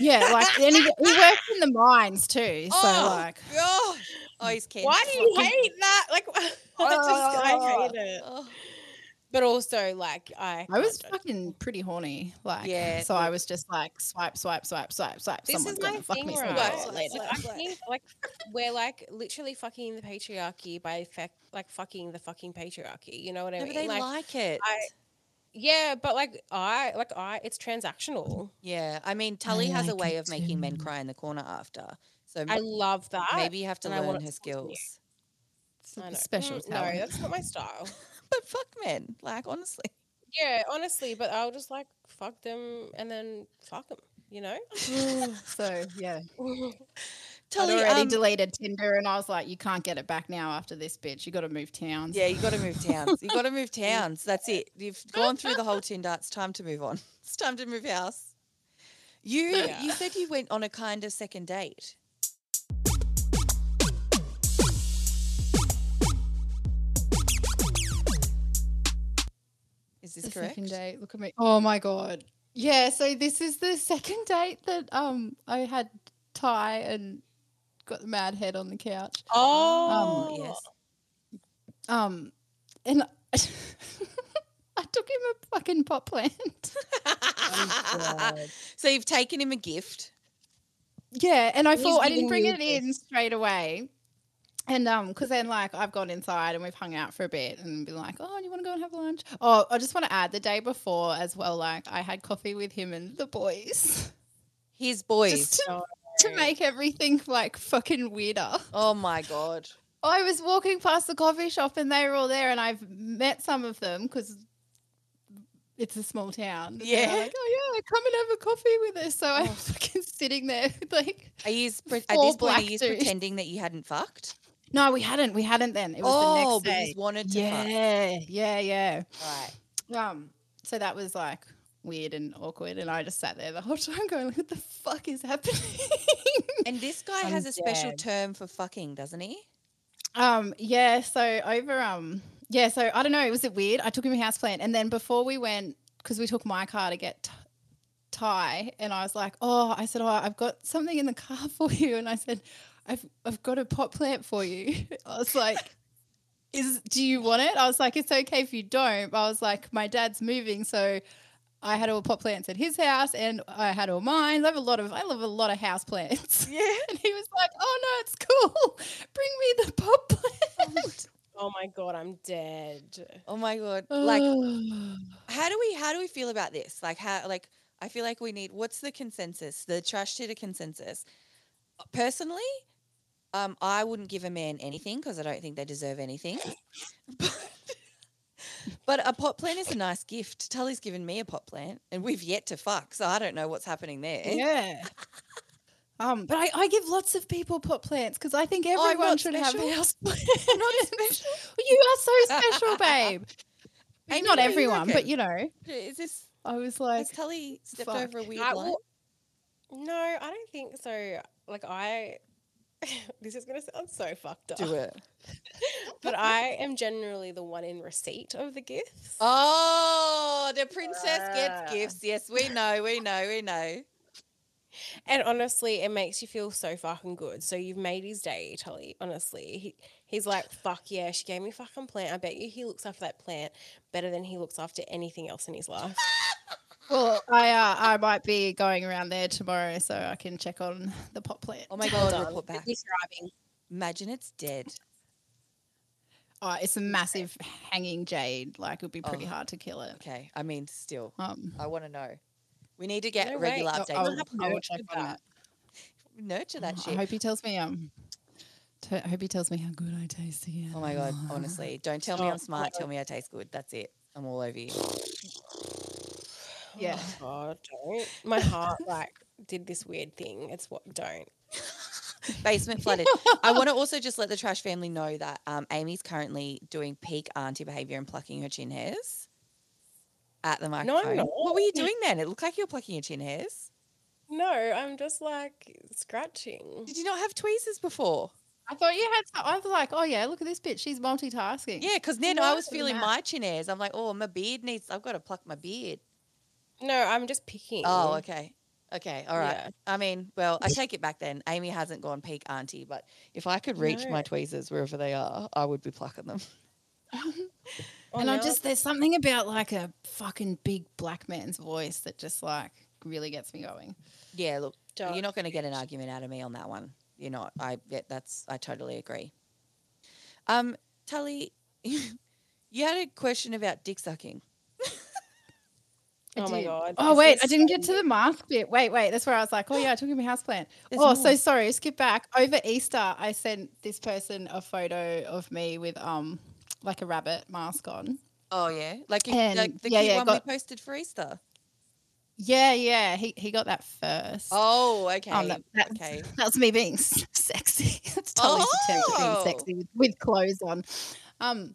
Speaker 3: Yeah, like and he, he works in the mines too. So
Speaker 1: oh
Speaker 3: like,
Speaker 1: gosh. Oh he's kidding.
Speaker 2: Why do you hate that? Like, I just, I hate it.
Speaker 1: Oh,
Speaker 2: But also, like, I,
Speaker 3: I was
Speaker 2: can't judge.
Speaker 3: fucking pretty horny. Like,
Speaker 1: Yeah,
Speaker 3: So I was just like, swipe, swipe, swipe, swipe, swipe.
Speaker 2: This
Speaker 3: Someone's
Speaker 2: is my
Speaker 3: gonna fuck
Speaker 2: thing,
Speaker 3: me sooner
Speaker 2: right?
Speaker 3: or later.
Speaker 2: Like, I think, like, we're like literally fucking the patriarchy by fact, like fucking the fucking patriarchy. You know what I
Speaker 1: no, but
Speaker 2: mean?
Speaker 1: they like, it.
Speaker 2: I- yeah, but like I, like I, it's transactional.
Speaker 1: yeah. I mean Tully has a
Speaker 3: like
Speaker 1: way
Speaker 3: it
Speaker 1: of making men
Speaker 3: too.
Speaker 1: cry in the corner after. So
Speaker 2: I love that.
Speaker 1: maybe you have to
Speaker 2: and I
Speaker 1: learn
Speaker 2: want it
Speaker 1: her
Speaker 2: to continue.
Speaker 1: skills.
Speaker 3: It's
Speaker 2: I
Speaker 3: a
Speaker 2: know.
Speaker 3: special
Speaker 2: Mm, No,
Speaker 3: talent.
Speaker 2: that's not my style.
Speaker 1: but fuck men. Like honestly.
Speaker 2: Yeah, honestly, but I'll just like fuck them and then fuck them, you know?
Speaker 3: so yeah, I'd
Speaker 1: Tully,
Speaker 3: already
Speaker 1: um,
Speaker 3: deleted Tinder, and I was like, you can't get it back now after this bitch. You got to move towns.
Speaker 1: yeah, you got to move towns. You got to move towns. That's it. You've gone through the whole Tinder. It's time to move on. It's time to move house. You
Speaker 2: Yeah.
Speaker 1: you said you went on a kind of second date. Is this
Speaker 3: the
Speaker 1: correct?
Speaker 3: second date. Look at me. Oh my god. Yeah. So this is the second date that um I had Ty and got the mad head on the couch.
Speaker 2: Oh,
Speaker 1: Oh, yes.
Speaker 3: Um, and I took him a fucking pot plant. Oh,
Speaker 1: so you've taken him a gift.
Speaker 3: Yeah, and I
Speaker 2: He's
Speaker 3: thought I
Speaker 2: giving
Speaker 3: didn't bring
Speaker 2: you
Speaker 3: it in straight away. And um, because then like I've gone inside and we've hung out for a bit and been like, oh, you want to go and have lunch? Oh, I just want to add the day before as well. Like I had coffee with him and the boys
Speaker 1: His boys.
Speaker 3: just to, to
Speaker 2: Right.
Speaker 3: make everything like fucking weirder.
Speaker 1: oh my god.
Speaker 3: I was walking past the coffee shop and they were all there, and I've met some of them because it's a small town. and they're
Speaker 1: Yeah.
Speaker 3: like, oh yeah, come and have a coffee with us. So I'm
Speaker 2: Oh.
Speaker 3: fucking sitting there with, like.
Speaker 1: Are you pre- at
Speaker 3: Four
Speaker 1: this point? Are
Speaker 3: black
Speaker 1: you
Speaker 3: dudes.
Speaker 1: pretending that you hadn't fucked?
Speaker 3: No, we hadn't. We hadn't then. It was
Speaker 1: oh,
Speaker 3: the
Speaker 1: but
Speaker 3: next
Speaker 1: you
Speaker 3: day.
Speaker 1: wanted to fuck.
Speaker 3: Yeah, yeah, yeah.
Speaker 1: Right.
Speaker 3: Um, so that was like weird and awkward, and I just sat there the whole time going, "What the fuck is happening?"
Speaker 1: And this guy
Speaker 2: I'm
Speaker 1: has a special
Speaker 2: dead.
Speaker 1: term for fucking, doesn't he?
Speaker 3: um, yeah. So over, um, yeah. So I don't know. Was it weird? I took him a houseplant, and then before we went, because we took my car to get. T- Ty and I was like, oh, I said, oh, I've got something in the car for you, and I said, I've I've got a pot plant for you. I was like, is do you want it? I was like, it's okay if you don't. But I was like, my dad's moving, so I had all pot plants at his house, and I had all mine. I have a lot of I love a lot of house plants.
Speaker 1: Yeah.
Speaker 3: And he was like, oh no, it's cool. Bring me the pot plant.
Speaker 2: oh my god, I'm dead.
Speaker 1: Oh my god. Like,
Speaker 3: Oh.
Speaker 1: how do we how do we feel about this? Like, how like I feel like we need. What's the consensus? The trash titter consensus. Uh, Personally, um, I wouldn't give a man anything because I don't think they deserve anything. but, but a pot plant is a nice gift. Tully's given me a pot plant, and we've yet to fuck, so I don't know what's happening there.
Speaker 3: yeah. Um, but I, I give lots of people pot plants because I think
Speaker 1: I'm
Speaker 3: everyone
Speaker 1: not
Speaker 3: should have
Speaker 1: special.
Speaker 3: a house plant. not special. You are so special, babe.
Speaker 1: Amy,
Speaker 3: not
Speaker 1: what do you
Speaker 3: everyone, but
Speaker 1: reckon?
Speaker 3: you know,
Speaker 1: Is this
Speaker 3: I was like,
Speaker 1: has Tully stepped
Speaker 3: fuck.
Speaker 1: over a weird
Speaker 2: I
Speaker 1: line?
Speaker 2: will- No, I don't think so. Like I this is gonna sound so fucked up.
Speaker 1: it.
Speaker 2: But I am generally the one in receipt of the gifts.
Speaker 1: Oh, the princess
Speaker 2: Ah.
Speaker 1: gets gifts. Yes, we know, we know, we know.
Speaker 2: And honestly, it makes you feel so fucking good. So you've made his day, Tully. Honestly, he, he's like, fuck yeah, she gave me a fucking plant. I bet you he looks after that plant better than he looks after anything else in his life.
Speaker 3: well, I uh, I might be going around there tomorrow, so I can check on the pot plant.
Speaker 1: Oh my god,
Speaker 2: Done.
Speaker 1: report back.
Speaker 2: He's thriving.
Speaker 1: Imagine it's dead.
Speaker 3: Oh, it's a massive hanging jade. Like it'd be pretty
Speaker 1: Oh.
Speaker 3: hard to kill it.
Speaker 1: Okay, I mean, still,
Speaker 3: Um,
Speaker 1: I want to know. We need to get
Speaker 2: No
Speaker 1: a regular
Speaker 2: way.
Speaker 3: I'll,
Speaker 1: updates.
Speaker 3: I'll-
Speaker 1: We'll have to
Speaker 3: I'll
Speaker 1: nurture
Speaker 3: check on
Speaker 1: that.
Speaker 3: that.
Speaker 1: Nurture that
Speaker 3: I
Speaker 1: shit.
Speaker 3: hope he tells me. Um, t- I hope he tells me how good I taste again.
Speaker 1: Oh my god, honestly, don't tell me
Speaker 2: Oh,
Speaker 1: I'm smart. Tell me I taste good. That's it. I'm all over you.
Speaker 3: Yeah.
Speaker 2: Oh, God, don't. My heart like did this weird thing. It's what don't.
Speaker 1: Basement flooded. I want to also just let the trash family know that um, Amy's currently doing peak auntie behavior and plucking her chin hairs at the
Speaker 2: I'm
Speaker 1: microphone. What were you
Speaker 2: not.
Speaker 1: doing then? It looked like you were plucking your chin hairs.
Speaker 2: No, I'm just like scratching.
Speaker 1: Did you not have tweezers before?
Speaker 3: I thought you had. Some, I was like, oh yeah, look at this bitch. She's multitasking.
Speaker 1: Yeah, because then I was
Speaker 3: No,
Speaker 1: feeling
Speaker 3: no.
Speaker 1: my chin hairs. I'm like, oh, my beard needs. I've got to pluck my beard.
Speaker 2: No, I'm just picking.
Speaker 1: Oh, okay, okay, all right.
Speaker 2: Yeah.
Speaker 1: I mean, well, I take it back then. Amy hasn't gone peak auntie, but if I could reach
Speaker 2: No.
Speaker 1: my tweezers wherever they are, I would be plucking them.
Speaker 2: Oh,
Speaker 3: and I'm
Speaker 2: now
Speaker 3: just there's something about like a fucking big black man's voice that just like really gets me going.
Speaker 1: Yeah, look,
Speaker 2: Dog
Speaker 1: you're not going to get an argument out of me on that one. You're not. I yeah, that's. I totally agree. Um, Tully, you had a question about dick sucking.
Speaker 3: I
Speaker 2: Oh my
Speaker 3: did.
Speaker 2: God,
Speaker 3: Oh
Speaker 2: this
Speaker 3: wait,
Speaker 2: is
Speaker 3: I didn't
Speaker 2: so
Speaker 3: get to the mask bit. Wait, wait. That's where I was like, oh yeah, I took him a houseplant.
Speaker 1: There's
Speaker 3: Oh, so
Speaker 1: more.
Speaker 3: sorry. Skip back over Easter. I sent this person a photo of me with um like a rabbit mask on.
Speaker 1: Oh yeah, like, if,
Speaker 3: And-
Speaker 1: like the
Speaker 3: yeah,
Speaker 1: key
Speaker 3: yeah,
Speaker 1: one
Speaker 3: got-
Speaker 1: we posted for Easter.
Speaker 3: Yeah, yeah. He he got that first.
Speaker 1: Oh okay,
Speaker 3: Um, that- that's,
Speaker 1: okay.
Speaker 3: that's me being s- sexy. That's totally attempt at
Speaker 1: Oh.
Speaker 3: being sexy with, with clothes on. Um,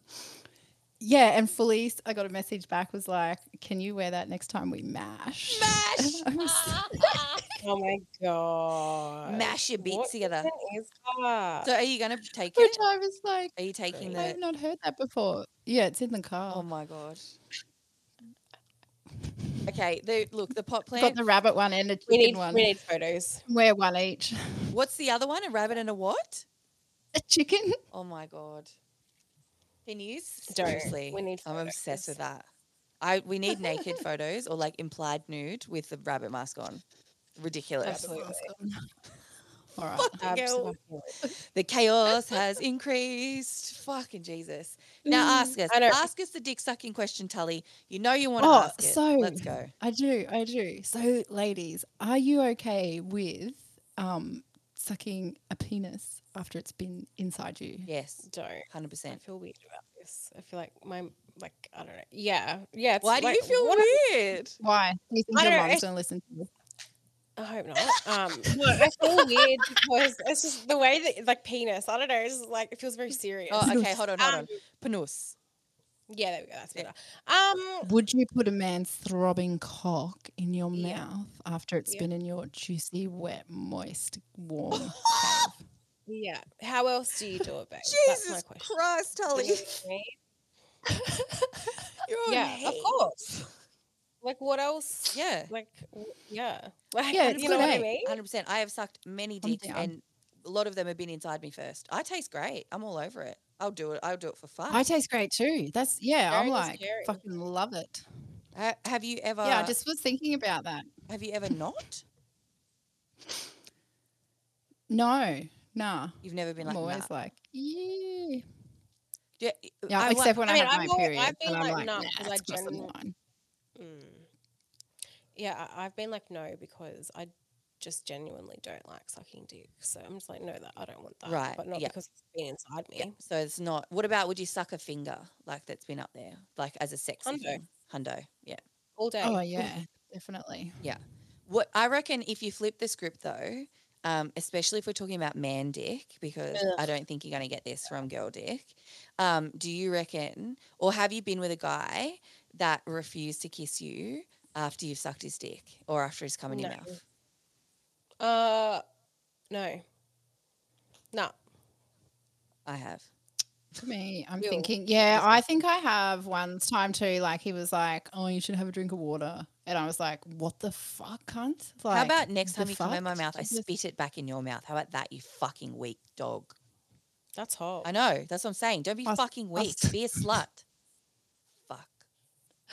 Speaker 3: yeah, and fully, s- I got a message back was like, "Can you wear that next time we mash?"
Speaker 1: Mash, Ah!
Speaker 3: And I was-
Speaker 2: Oh my god.
Speaker 1: mash your
Speaker 2: What
Speaker 1: beats together.
Speaker 2: even is that?
Speaker 1: So are you gonna take
Speaker 3: Which
Speaker 1: it?
Speaker 3: I was like,
Speaker 1: Are you taking
Speaker 3: "I've
Speaker 1: the?
Speaker 3: not heard that before." Yeah, it's in the
Speaker 1: Oh
Speaker 3: car.
Speaker 1: my god. Okay, the, look the pot
Speaker 3: got
Speaker 1: plant.
Speaker 3: the rabbit one and a
Speaker 2: we
Speaker 3: chicken
Speaker 2: need
Speaker 3: one.
Speaker 2: we need photos.
Speaker 3: Wear one each.
Speaker 1: What's the other one? A rabbit and a what?
Speaker 3: A chicken.
Speaker 1: Oh my god. Can you s-
Speaker 2: Don't.
Speaker 1: seriously?
Speaker 2: We need
Speaker 1: I'm obsessed with
Speaker 2: photos.
Speaker 1: that. I we need naked photos or like implied nude with the rabbit mask on. Ridiculous.
Speaker 2: Absolutely.
Speaker 3: All right.
Speaker 1: Fucking hell.
Speaker 2: Absolutely.
Speaker 1: The chaos has increased. Fucking Jesus. Now ask us.
Speaker 2: Mm, I know.
Speaker 1: Ask us the dick sucking question, Tully. You know you want to
Speaker 3: Oh,
Speaker 1: ask it.
Speaker 3: so-
Speaker 1: Let's go.
Speaker 3: I do, I do. So, ladies, are you okay with um, sucking a penis after it's been inside you?
Speaker 1: Yes,
Speaker 2: Don't.
Speaker 1: hundred
Speaker 2: I
Speaker 1: percent.
Speaker 2: feel weird about this. I feel like my like I don't know. Yeah, yeah. it's
Speaker 1: Why do
Speaker 2: like,
Speaker 1: you feel
Speaker 2: what a-
Speaker 1: weird?
Speaker 3: Why? Do you think
Speaker 2: I
Speaker 3: your
Speaker 2: don't know,
Speaker 3: mom's
Speaker 2: it's-
Speaker 3: going to listen to this?
Speaker 2: I hope not. Um, no, I feel weird because it's just the way that like penis. I don't know. It's just like it feels very serious.
Speaker 1: Oh, okay. Hold on, hold on.
Speaker 2: Um,
Speaker 1: Penus.
Speaker 2: yeah, there we go. That's better. Um,
Speaker 3: Would you put a man's throbbing cock in your
Speaker 2: Yeah.
Speaker 3: mouth after it's
Speaker 2: Yeah.
Speaker 3: been in your juicy, wet, moist, warm? cave?
Speaker 2: yeah. How else do you do it, babe? That's my
Speaker 1: Jesus
Speaker 2: question.
Speaker 1: Christ, Tully.
Speaker 2: You know what I mean?
Speaker 1: You're on
Speaker 2: yeah, of
Speaker 1: heat.
Speaker 2: course. Like what else?
Speaker 1: Yeah.
Speaker 2: Like w- yeah. Like,
Speaker 3: Yeah, it's
Speaker 2: you know
Speaker 3: good,
Speaker 2: what I
Speaker 3: eh?
Speaker 2: mean?
Speaker 1: hundred percent. I have sucked many
Speaker 3: I'm
Speaker 1: dicks,
Speaker 3: down.
Speaker 1: and a lot of them have been inside me first. I taste great. I'm all over it. I'll do it. I'll do it for fun.
Speaker 3: I taste great too. That's, yeah, I'm
Speaker 2: Very
Speaker 3: like,
Speaker 2: scary.
Speaker 3: fucking love it.
Speaker 1: Ha- have you ever?
Speaker 3: yeah, I just was thinking about that.
Speaker 1: Have you ever not?
Speaker 3: No, nah.
Speaker 1: You've never been like
Speaker 3: I'm always
Speaker 1: that.
Speaker 3: like, yeah.
Speaker 1: yeah,
Speaker 3: Yeah,
Speaker 1: I wa-
Speaker 3: except when
Speaker 2: I
Speaker 3: I,
Speaker 2: mean,
Speaker 3: have
Speaker 2: I've
Speaker 3: my
Speaker 2: always-
Speaker 3: period.
Speaker 2: I've
Speaker 3: and
Speaker 2: been
Speaker 3: I'm
Speaker 2: like,
Speaker 3: like,
Speaker 2: nah,
Speaker 3: nah,
Speaker 2: 'cause I
Speaker 3: it's crossing the
Speaker 2: generally-
Speaker 3: line.
Speaker 2: Mm. Yeah, I, I've been like no because I just genuinely don't like sucking dick. So I'm just like no that I don't want that.
Speaker 1: Right,
Speaker 2: But not
Speaker 1: yeah.
Speaker 2: because it's been inside me.
Speaker 1: yeah, so it's not. What about? Would you suck a finger like that's been up there, like as a sexy
Speaker 2: Hundo.
Speaker 1: thing? Hundo. Yeah.
Speaker 2: All day.
Speaker 3: Oh yeah, definitely.
Speaker 1: What I reckon, if you flip the script though, um, especially if we're talking about man dick, because I don't think you're going to get this from girl dick. Um, do you reckon, or have you been with a guy that refused to kiss you after you've sucked his dick or after he's come in your
Speaker 2: No.
Speaker 1: mouth?
Speaker 2: Uh no. No.
Speaker 1: I have.
Speaker 3: For me, I'm
Speaker 2: Ew.
Speaker 3: thinking, yeah, I think I have one time too. Like he was like, "Oh, you should have a drink of water," and I was like, "What the fuck, cunt!" Like,
Speaker 1: How about next
Speaker 3: you're
Speaker 1: time you come in my
Speaker 3: fucked.
Speaker 1: mouth, I
Speaker 3: Just-
Speaker 1: spit it back in your mouth? How about that, you fucking weak dog?
Speaker 2: That's hot.
Speaker 1: I know. That's what I'm saying. Don't be
Speaker 3: Us-
Speaker 1: fucking weak.
Speaker 3: us-
Speaker 1: Be a slut. Fuck.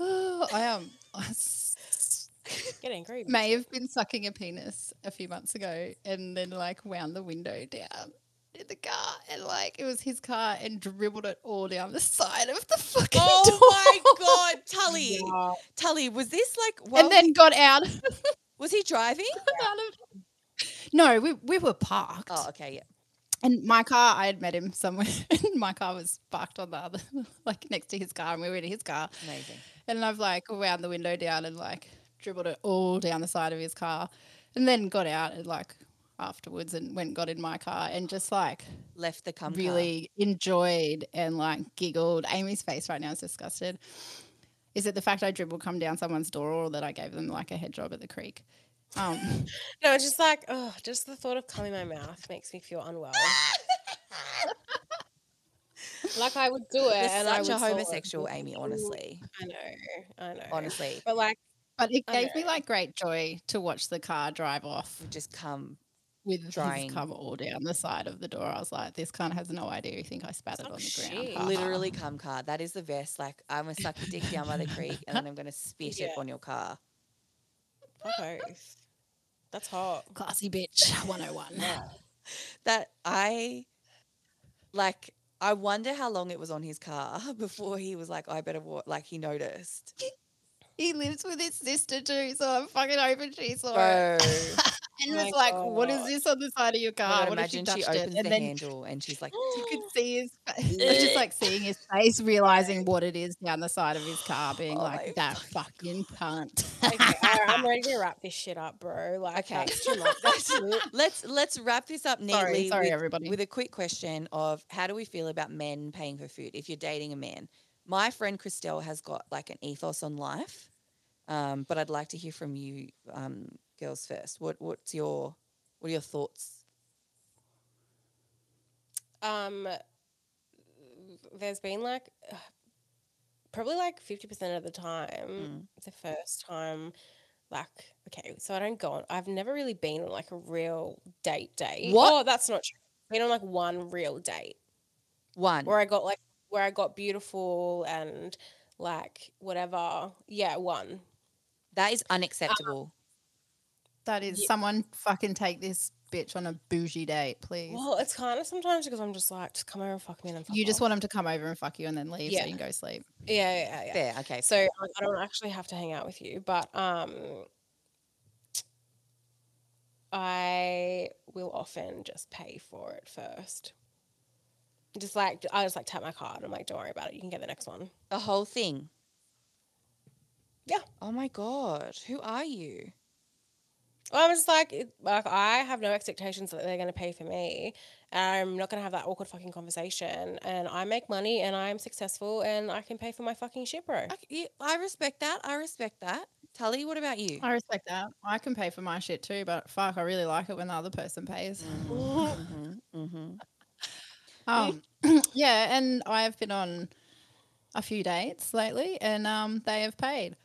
Speaker 3: I am. I s-
Speaker 2: Get angry. bitch.
Speaker 3: may have been sucking a penis a few months ago, and then like wound the window down in the car, and like it was his car, and dribbled it all down the side of the fucking door.
Speaker 1: Oh my god, Tully.
Speaker 2: Yeah.
Speaker 1: Tully, was this like
Speaker 3: and
Speaker 1: while
Speaker 3: then got out.
Speaker 1: Was he driving?
Speaker 3: out of- No, we, we were parked.
Speaker 1: Oh, okay, yeah.
Speaker 3: And my car, I had met him somewhere. And my car was parked on the other, like next to his car. And we were in his car.
Speaker 1: Amazing.
Speaker 3: And I've like wound the window down and like dribbled it all down the side of his car. And then got out and like afterwards and went and got in my car and just like
Speaker 1: Left the cum. Really?
Speaker 3: really enjoyed and like giggled. Amy's face right now is disgusted. Is it the fact I dribbled come down someone's door or that I gave them like a head job at the creek? Um,
Speaker 2: No, it's just like, oh, just the thought of cum in my mouth makes me feel unwell. like I would do it,
Speaker 1: You're
Speaker 2: and
Speaker 1: such a
Speaker 2: I would still-
Speaker 1: homosexual, Amy, honestly.
Speaker 2: I know, I know,
Speaker 1: Honestly.
Speaker 2: But like,
Speaker 3: But it
Speaker 2: I
Speaker 3: gave me like great joy to watch the car drive off
Speaker 1: You just come.
Speaker 3: with
Speaker 1: Drying.
Speaker 3: his cover all down the side of the door. I was like, this cunt has no idea. You think I spat it
Speaker 2: Oh,
Speaker 3: on the
Speaker 2: shit.
Speaker 3: ground? Ha
Speaker 1: Literally
Speaker 3: ha.
Speaker 1: cum car. That is the best. Like I'm gonna suck your dick down by the creek and then I'm gonna spit it
Speaker 2: Yeah.
Speaker 1: on your car.
Speaker 2: fuck oath. That's hot.
Speaker 3: classy bitch 101.
Speaker 1: That I like I wonder how long it was on his car before he was like, I better walk like he noticed.
Speaker 3: He lives with his sister too, so I'm fucking hoping she saw it.
Speaker 1: Bro. "Oh
Speaker 3: and
Speaker 2: my
Speaker 3: was like, "What is
Speaker 2: God.
Speaker 3: this on the side of your
Speaker 1: I
Speaker 3: car?"
Speaker 1: can't
Speaker 3: What if you
Speaker 1: imagine she
Speaker 3: touched it?
Speaker 1: opens
Speaker 3: And
Speaker 1: the
Speaker 3: then
Speaker 1: handle and she's like,
Speaker 3: you could see his face. I was just like seeing his face, realizing what it is down the side of his car, being
Speaker 1: Oh my
Speaker 3: like, "That fucking cunt."
Speaker 2: Okay, all right, I'm ready to wrap this shit up, bro. Like,
Speaker 1: Okay.
Speaker 2: that's too much. That's it.
Speaker 1: let's let's wrap this up neatly.
Speaker 3: sorry, sorry,
Speaker 1: with-
Speaker 3: everybody.
Speaker 1: with a quick question of how do we feel about men paying for food if you're dating a man? My friend Christelle has got like an ethos on life, um, but I'd like to hear from you um, girls first. What what's your what are your thoughts?
Speaker 2: um there's been like uh, probably like 50% of the
Speaker 3: Hmm.
Speaker 2: time
Speaker 1: Mm.
Speaker 2: the first time like okay so i don't go on i've never really been on like a real date date
Speaker 1: What?
Speaker 2: oh that's not true been on like one real date
Speaker 1: One,
Speaker 2: where i got like where i got beautiful and like whatever yeah one
Speaker 1: that is unacceptable.
Speaker 3: That is
Speaker 2: Ye-
Speaker 3: someone fucking take this bitch on a bougie date, please.
Speaker 2: well it's kind of sometimes because i'm just like just come over and fuck me and then fuck
Speaker 3: you just
Speaker 2: off.
Speaker 3: want them to come over and fuck you and then leave
Speaker 2: Yeah.
Speaker 3: so you can go sleep.
Speaker 2: yeah yeah yeah, yeah.
Speaker 1: Fair, okay.
Speaker 2: So I I don't actually have to hang out with you, but um, I will often just pay for it first. Just like I just like tap my card. I'm like, don't worry about it. You can get the next one.
Speaker 1: the whole thing.
Speaker 2: Yeah.
Speaker 1: Oh my god, who are you?
Speaker 2: Well, I'm just like, it, like I have no expectations that they're going to pay for me. And I'm not going to have that awkward fucking conversation. And I make money, and I'm successful, and I can pay for my fucking shit, bro.
Speaker 1: I, yeah, I respect that. I respect that. Tully, what about you?
Speaker 3: I respect that. I can pay for my shit too, but fuck, I really like it when the other person pays.
Speaker 1: Mhm, mhm.
Speaker 3: Um, yeah, and I have been on a few dates lately, and um, they have paid,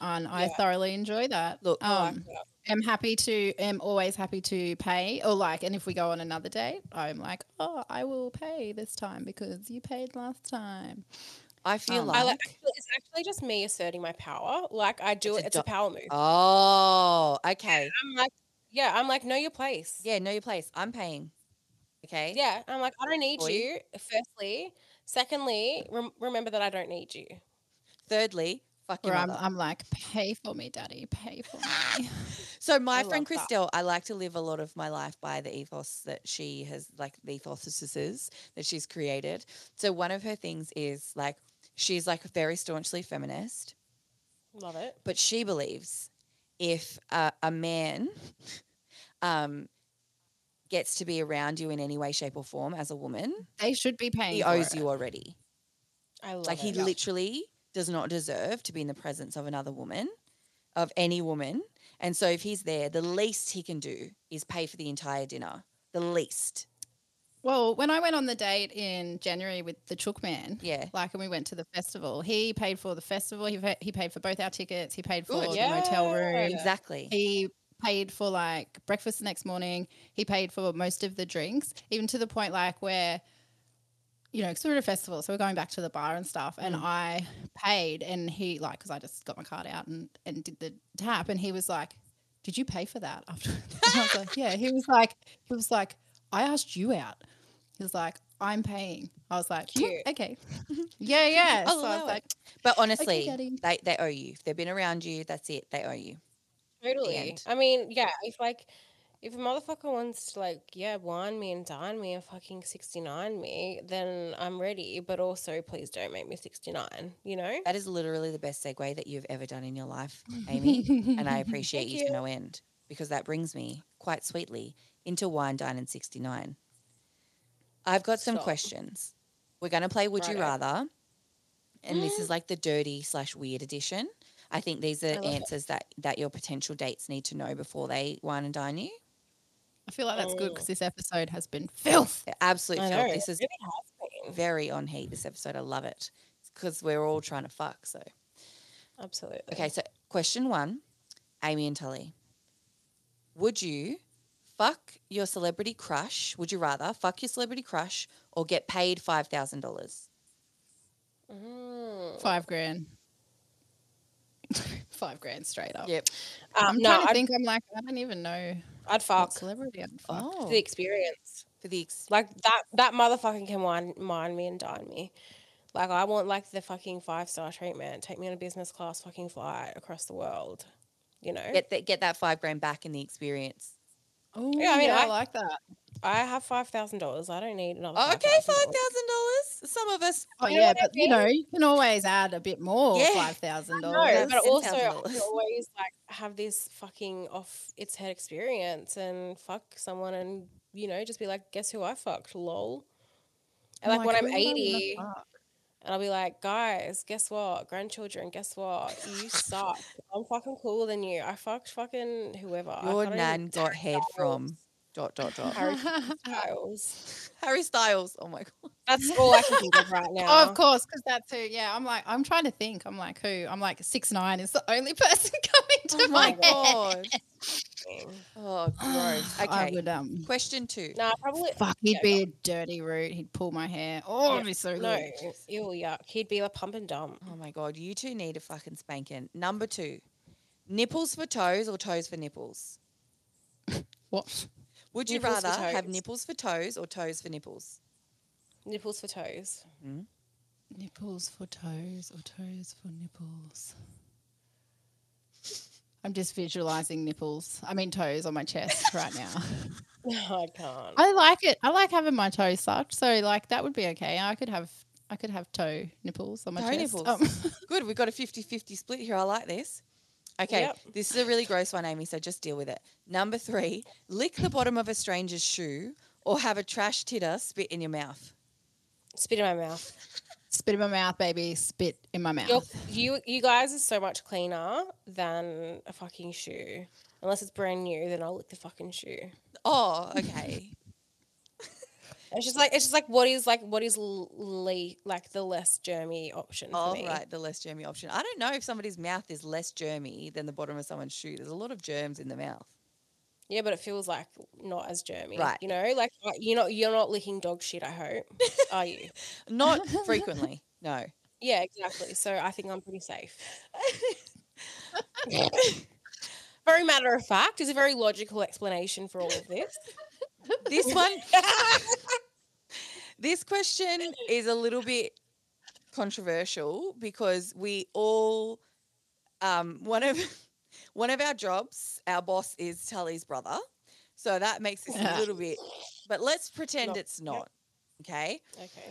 Speaker 3: and I
Speaker 2: Yeah.
Speaker 3: thoroughly enjoy that.
Speaker 1: Look,
Speaker 2: I like
Speaker 3: um,
Speaker 2: that.
Speaker 3: I'm happy to. am always happy to pay, or like, and if we go on another date, I'm like, oh, I will pay this time because you paid last time.
Speaker 1: I feel
Speaker 3: Um,
Speaker 1: like,
Speaker 2: I like. It's actually just me asserting my power. Like I do
Speaker 1: It's
Speaker 2: it.
Speaker 1: a
Speaker 2: it's a
Speaker 1: do-
Speaker 2: power move.
Speaker 1: Oh, okay.
Speaker 2: I'm like, yeah, I'm like, know your place.
Speaker 1: Yeah, know your place. I'm paying. Okay.
Speaker 2: Yeah, I'm like, I don't need
Speaker 1: Boy.
Speaker 2: you. Firstly, secondly, rem- remember that I don't need you.
Speaker 1: Thirdly, fuck your
Speaker 3: Where I'm,
Speaker 1: mother.
Speaker 3: I'm like, pay for me, daddy, pay for me.
Speaker 1: so my
Speaker 2: I
Speaker 1: friend
Speaker 2: love that.
Speaker 1: Christelle, I like to live a lot of my life by the ethos that she has, like the ethoses that she's created. So one of her things is like she's like very staunchly feminist,
Speaker 2: Love it.
Speaker 1: but she believes if a, a man um, gets to be around you in any way, shape, or form as a woman,
Speaker 3: they should be paying.
Speaker 1: he
Speaker 3: for
Speaker 1: owes
Speaker 3: it.
Speaker 1: you already.
Speaker 2: I love
Speaker 1: like
Speaker 2: it.
Speaker 1: he literally does not deserve to be in the presence of another woman of any woman and so if he's there the least he can do is pay for the entire dinner the least
Speaker 3: Well, when I went on the date in January with the Chook Man,
Speaker 1: yeah
Speaker 3: like, and we went to the festival, he paid for the festival. He, pa- he paid for both our tickets. He paid for
Speaker 1: Good.
Speaker 3: the motel
Speaker 2: Yeah.
Speaker 3: room.
Speaker 1: exactly
Speaker 3: He paid for like breakfast the next morning. He paid for most of the drinks, even to the point like where, you know, because we were at a festival, so we're going back to the bar and stuff. And
Speaker 1: Mm.
Speaker 3: I paid, and he like, because I just got my card out and and did the tap, and he was like, "Did you pay for that?" After I was like, "Yeah." He was like, he was like, "I asked you out." He was like, "I'm paying." I was like, "Mm,
Speaker 2: Cute.
Speaker 3: "Okay, yeah, yeah."
Speaker 1: I'll
Speaker 3: so
Speaker 1: allow
Speaker 3: I was
Speaker 1: it.
Speaker 3: like,
Speaker 1: but Oh, honestly
Speaker 3: Daddy.
Speaker 1: they, they owe you if they've been around you that's it they owe you
Speaker 2: totally.
Speaker 1: end.
Speaker 2: I mean, yeah, if like, if a motherfucker wants to like, yeah, wine me and dine me and fucking 69 me, then I'm ready. But also, please don't make me 69, you know?
Speaker 1: that is literally the best segue that you've ever done in your life amy and i appreciate
Speaker 2: Thank
Speaker 1: you, to
Speaker 2: you.
Speaker 1: no end because that brings me quite sweetly into wine dine and 69 i've got some
Speaker 2: Stop.
Speaker 1: questions we're going to play would you
Speaker 2: Righto.
Speaker 1: rather and this is like the dirty slash weird edition i think these are
Speaker 2: love it.
Speaker 1: answers that that your potential dates need to know before they wine and dine you
Speaker 3: I feel like that's good
Speaker 1: Oh.
Speaker 2: Mm.
Speaker 3: because this episode has been filth.
Speaker 1: absolutely
Speaker 2: I know.
Speaker 1: this is
Speaker 2: it really has been.
Speaker 1: very on heat this episode i love it because we're all trying to fuck so
Speaker 2: Absolutely.
Speaker 1: Okay, so question one, Amy and Tully. Would you fuck your celebrity crush? Would you rather fuck your celebrity crush or get paid five thousand dollars?
Speaker 2: Mm.
Speaker 3: Five grand. Five grand straight up.
Speaker 1: Yep.
Speaker 2: Um,
Speaker 3: I'm
Speaker 2: no,
Speaker 3: trying to
Speaker 2: I'd,
Speaker 3: think. I'm like, I don't even know
Speaker 2: I'd
Speaker 3: what
Speaker 2: fuck
Speaker 3: celebrity I'd fuck.
Speaker 1: Oh,
Speaker 2: the experience.
Speaker 1: for the ex-
Speaker 2: Like that that motherfucking can wine mine me and dine me. Like I want like the fucking five star treatment. Take me on a business class fucking flight across the world. you know.
Speaker 1: Get that get that five grand back in the experience.
Speaker 3: Oh,
Speaker 2: Yeah, I mean, I-
Speaker 3: like that.
Speaker 2: I have five thousand dollars. I don't need another.
Speaker 1: Oh, okay, five
Speaker 2: $5,000.
Speaker 1: thousand dollars. Some of us
Speaker 3: Oh,
Speaker 2: You know
Speaker 3: yeah,
Speaker 2: what I
Speaker 3: but you
Speaker 2: mean?
Speaker 3: know, you can always add a bit more,
Speaker 1: Yeah.
Speaker 3: five thousand
Speaker 2: No,
Speaker 3: dollars.
Speaker 1: That's
Speaker 2: but also I
Speaker 1: $10,000.
Speaker 2: could always like have this fucking off its head experience and fuck someone and you know just be like, guess who I fucked? Lol. And like when I'm eighty, and I'll be like, guys, guess what? Grandchildren, guess what? You suck. I'm fucking cooler than you. I fucked fucking whoever. I
Speaker 1: your
Speaker 2: fucking
Speaker 1: nan got head
Speaker 2: Styles.
Speaker 1: from dot dot dot.
Speaker 2: Harry Styles.
Speaker 1: Harry Styles. Oh my god.
Speaker 2: That's all I can think of right now.
Speaker 3: Oh, of course, because that's who. Yeah, I'm like, I'm trying to think. I'm like, who? I'm like, six nine is the only person coming to
Speaker 1: Oh
Speaker 3: my
Speaker 1: my
Speaker 3: head.
Speaker 1: god. Oh gross.
Speaker 3: I
Speaker 1: Okay.
Speaker 3: would um.
Speaker 1: Question two.
Speaker 2: No, probably
Speaker 3: Fuck, he'd
Speaker 2: Yeah,
Speaker 3: be a dirty root. He'd pull my hair. Oh,
Speaker 2: Yeah.
Speaker 3: it'd be so good.
Speaker 2: no. Ew, yuck. He'd be like pump and dump.
Speaker 1: Oh my god, you two need a fucking spanking. Number two. Nipples for toes or toes for nipples?
Speaker 3: What?
Speaker 1: Would you
Speaker 2: Nipples for
Speaker 1: rather have
Speaker 2: toes.
Speaker 1: nipples for toes or toes for nipples?
Speaker 2: Nipples for toes.
Speaker 3: Nipples for toes or toes for nipples? I'm just visualizing nipples. I mean toes on my chest right now.
Speaker 2: No, I can't.
Speaker 3: I like it. I like having my toes sucked, so like that would be okay. I could have I could have toe nipples on my
Speaker 1: Toe
Speaker 3: chest.
Speaker 1: nipples.
Speaker 3: Um,
Speaker 1: Good, we've got a 50-50 split here. I like this. Okay,
Speaker 2: Yep.
Speaker 1: this is a really gross one, Amy, so just deal with it. Number three, lick the bottom of a stranger's shoe or have a trash titter spit in your mouth.
Speaker 2: Spit in my mouth.
Speaker 3: spit in my mouth, baby. Spit in my mouth.
Speaker 2: You're, you you guys are so much cleaner than a fucking shoe. Unless it's brand new, then I'll lick the fucking shoe.
Speaker 1: Oh, okay.
Speaker 2: It's just like it's just like what is like what is l- le- like the less germy option for
Speaker 1: All
Speaker 2: me.
Speaker 1: Oh, right, the less germy option. I don't know if somebody's mouth is less germy than the bottom of someone's shoe. There's a lot of germs in the mouth.
Speaker 2: Yeah, but it feels like not as germy.
Speaker 1: Right.
Speaker 2: You know, like uh, you're not you're not licking dog shit. I hope. Are you?
Speaker 1: Not frequently, no.
Speaker 2: Yeah, exactly. So I think I'm pretty safe. very matter of fact is a very logical explanation for all of this.
Speaker 1: This one, this question is a little bit controversial because we all, um, one of one of our jobs, our boss is Tully's brother, so that makes this a
Speaker 3: Yeah.
Speaker 1: little bit. But let's pretend
Speaker 2: Not-
Speaker 1: it's not. Okay.
Speaker 2: Okay.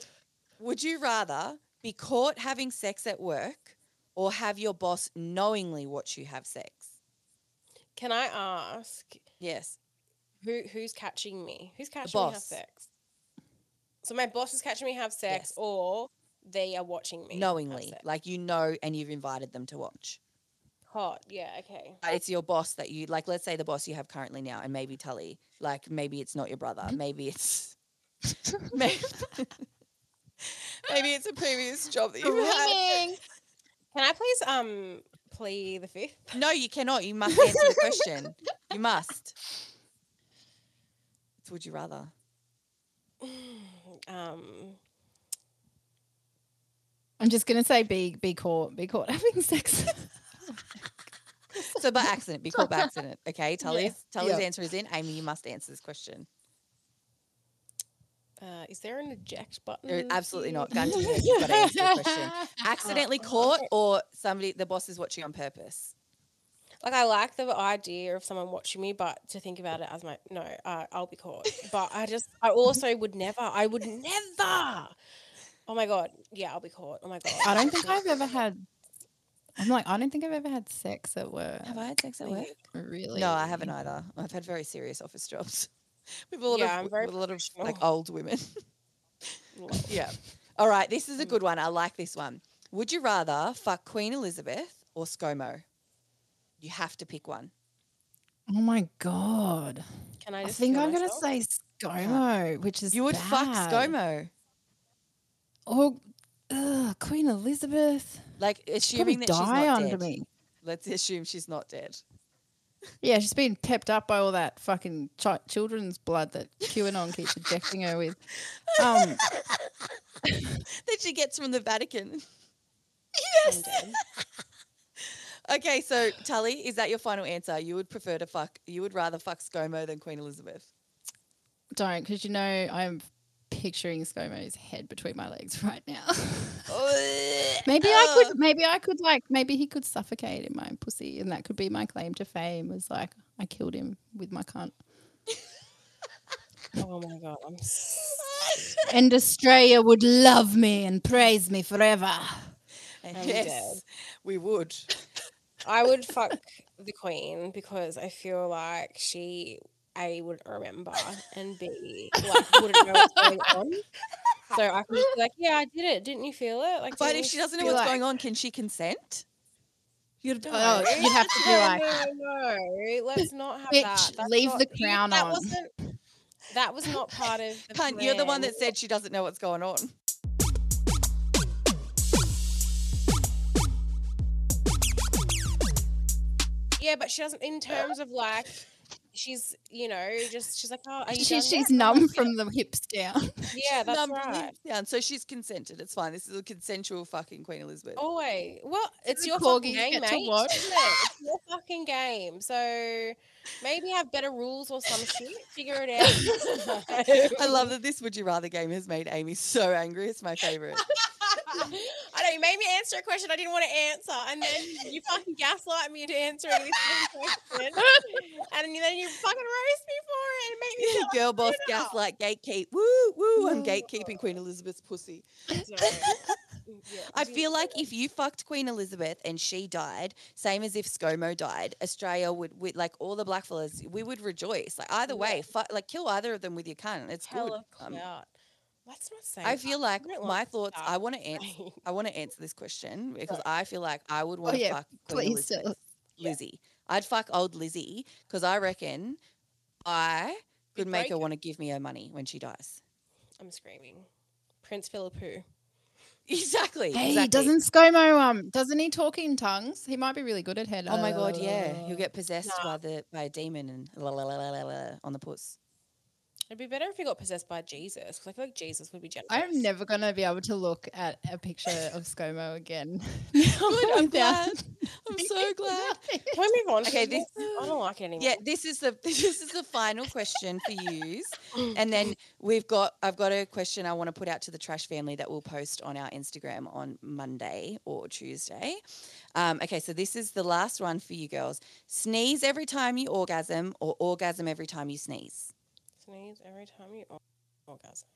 Speaker 1: Would you rather be caught having sex at work or have your boss knowingly watch you have sex?
Speaker 2: Can I ask
Speaker 1: Yes.
Speaker 2: who who's catching me? Who's catching me have
Speaker 1: boss.
Speaker 2: sex? So my boss is catching me have sex,
Speaker 1: Yes.
Speaker 2: or they are watching me have
Speaker 1: Knowingly.
Speaker 2: sex.
Speaker 1: Like you know and you've invited them to watch.
Speaker 2: Hot. Yeah. Okay.
Speaker 1: Uh, It's your boss that you like let's say the boss you have currently now and maybe Tully. Like maybe it's not your brother. Maybe it's maybe, maybe it's a previous job that you've had.
Speaker 3: Ringing.
Speaker 2: Can I please um play the fifth?
Speaker 1: No, you cannot. You must answer the question. You must. It's would you rather?
Speaker 2: Um.
Speaker 3: I'm just gonna say be be caught, be caught having sex.
Speaker 1: So by accident, be caught by accident. Okay, Tully's Tully's
Speaker 3: Yeah.
Speaker 1: answer is in. Amy, you must answer this question.
Speaker 2: Uh, is there an eject button?
Speaker 1: There- absolutely not. Gun to your head, you've got to answer the question.
Speaker 3: That's
Speaker 1: Accidentally caught or somebody the boss is watching on purpose.
Speaker 2: Like I like the idea of someone watching me, but to think about it as my no, uh, I'll be caught. But I just, I also would never. I would never. Oh my god. Yeah, I'll be caught. Oh my god.
Speaker 3: I don't think I've ever had. I'm like, I don't think I've ever had sex at work.
Speaker 1: Have I had sex at
Speaker 2: Me
Speaker 1: work?
Speaker 2: neither.
Speaker 3: Really?
Speaker 1: No, I haven't either. I've had very serious office jobs. We've a lot
Speaker 2: Yeah,
Speaker 1: of
Speaker 2: I'm very
Speaker 1: with a lot of like
Speaker 2: professional.
Speaker 1: old women.
Speaker 2: Lol.
Speaker 1: yeah. All right, this
Speaker 3: Mm.
Speaker 1: is a good one. I like this one. Would you rather fuck Queen Elizabeth or ScoMo? You have to pick one.
Speaker 3: Oh my god!
Speaker 2: Can I
Speaker 3: I,
Speaker 2: just?
Speaker 3: think
Speaker 2: kill
Speaker 3: I'm gonna
Speaker 2: myself?
Speaker 3: say ScoMo, which is
Speaker 1: You would fuck
Speaker 3: bad.
Speaker 1: ScoMo.
Speaker 3: Oh, ugh, Queen Elizabeth.
Speaker 1: Like
Speaker 3: She'd probably
Speaker 1: assuming that she's
Speaker 3: die
Speaker 1: not
Speaker 3: under
Speaker 1: dead.
Speaker 3: me.
Speaker 1: Let's assume she's not dead.
Speaker 3: Yeah, she's been pepped up by all that fucking chi- children's blood that QAnon keeps injecting her with. Um,
Speaker 1: that she gets from the Vatican.
Speaker 2: I'm dead.
Speaker 1: Okay, so Tully, is that your final answer? You would prefer to fuck, you would rather fuck ScoMo than Queen Elizabeth.
Speaker 3: don't because you know I'm picturing ScoMo's head between my legs right now. maybe I could, maybe I could like, maybe he could suffocate in my pussy, and that could be my claim to fame. Was like I killed him with my cunt.
Speaker 2: Oh my god, I'm s-
Speaker 1: Oh
Speaker 3: and Australia would love me and praise me forever.
Speaker 1: And
Speaker 2: I'm
Speaker 1: yes,
Speaker 2: dead.
Speaker 1: we would.
Speaker 2: I would fuck the queen because I feel like she a wouldn't remember and b like wouldn't know what's going on. So I can just be like, yeah, I did it. Didn't you feel it? Like,
Speaker 1: But
Speaker 2: didn't
Speaker 1: if
Speaker 2: you
Speaker 1: she doesn't know
Speaker 3: be
Speaker 1: what's
Speaker 3: like-
Speaker 1: going on, can she consent? You'd
Speaker 3: Oh, you'd have to be
Speaker 2: No,
Speaker 3: like,
Speaker 2: no, no, let's not have
Speaker 3: Bitch,
Speaker 2: that. That's
Speaker 3: leave
Speaker 2: not-
Speaker 3: the
Speaker 2: you-
Speaker 3: crown
Speaker 2: that
Speaker 3: on.
Speaker 2: Wasn't, that was not part of the
Speaker 1: Cunt, you're the one
Speaker 2: plan.
Speaker 1: that said she doesn't know what's going on.
Speaker 2: Yeah, but she doesn't in terms of like she's you know just she's like oh are you
Speaker 3: She,
Speaker 2: done
Speaker 3: she's
Speaker 2: yet?" I'm like,
Speaker 3: numb from the hips down.
Speaker 2: yeah that's
Speaker 1: Numb from the
Speaker 2: right
Speaker 1: hips down. So she's consented. It's fine. This is a consensual fucking Queen Elizabeth.
Speaker 2: Oh. Oi, well, it's
Speaker 3: the
Speaker 2: your fucking
Speaker 3: corgis
Speaker 2: game,
Speaker 3: get to
Speaker 2: mate.
Speaker 3: watch.
Speaker 2: Isn't it? It's your fucking game. So maybe have better rules or some shit. Figure it out.
Speaker 1: I love that this Would You Rather game has made Amy so angry. It's my favorite.
Speaker 2: I know you made me answer a question I didn't want to answer, and then you fucking gaslight me to answering this fucking question, and then you fucking roast me for it and make me feel
Speaker 1: Girl boss
Speaker 2: Luna.
Speaker 1: gaslight gatekeep. Woo, woo. I'm
Speaker 2: Woo.
Speaker 1: gatekeeping Queen Elizabeth's pussy.
Speaker 2: Sorry. Mm, Yeah,
Speaker 1: I
Speaker 2: do-
Speaker 1: feel like if you fucked Queen Elizabeth and she died, same as if ScoMo died, Australia would, would like all the blackfellas, we would rejoice. Like either
Speaker 2: Yeah.
Speaker 1: way, fu- like kill either of them with your cunt. It's good.
Speaker 2: hella
Speaker 1: Um,
Speaker 2: clout. Let's not say.
Speaker 1: I feel like my thoughts. I
Speaker 2: I
Speaker 1: want to answer.
Speaker 2: want.
Speaker 1: I want to answer this question because I feel like I would want to
Speaker 3: yeah,
Speaker 1: fuck Queen
Speaker 3: Please
Speaker 1: Elizabeth.
Speaker 3: do.
Speaker 2: Yeah.
Speaker 1: Lizzie. I'd fuck old Lizzie because I reckon I
Speaker 2: You'd
Speaker 1: could make
Speaker 2: break
Speaker 1: her
Speaker 2: her.
Speaker 1: want to give me her money when she dies.
Speaker 2: I'm screaming. Prince Philippoo.
Speaker 1: Exactly.
Speaker 3: Hey,
Speaker 1: exactly.
Speaker 3: doesn't ScoMo um doesn't he talk in tongues? He might be really good at head. uh,
Speaker 1: Oh my god, yeah. You'll get possessed by
Speaker 2: nah.
Speaker 1: the by a demon and la la la la la la on the puss.
Speaker 2: It'd be better if he got possessed by Jesus, because I feel like Jesus would be generous.
Speaker 3: I'm never gonna be able to look at a picture of ScoMo again.
Speaker 1: Good, I'm
Speaker 3: Without-
Speaker 1: glad. I'm so glad.
Speaker 2: Can we move on?
Speaker 1: Okay,
Speaker 2: from
Speaker 1: this-
Speaker 2: I don't like it anymore.
Speaker 1: Yeah, this is the this is the final question for yous. And then we've got I've got a question I want to put out to the trash family that we'll post on our Instagram on Monday or Tuesday. Um, okay, so this is the last one for you girls. Sneeze every time you orgasm or orgasm every time you sneeze.
Speaker 2: Sneeze every time you or- orgasm.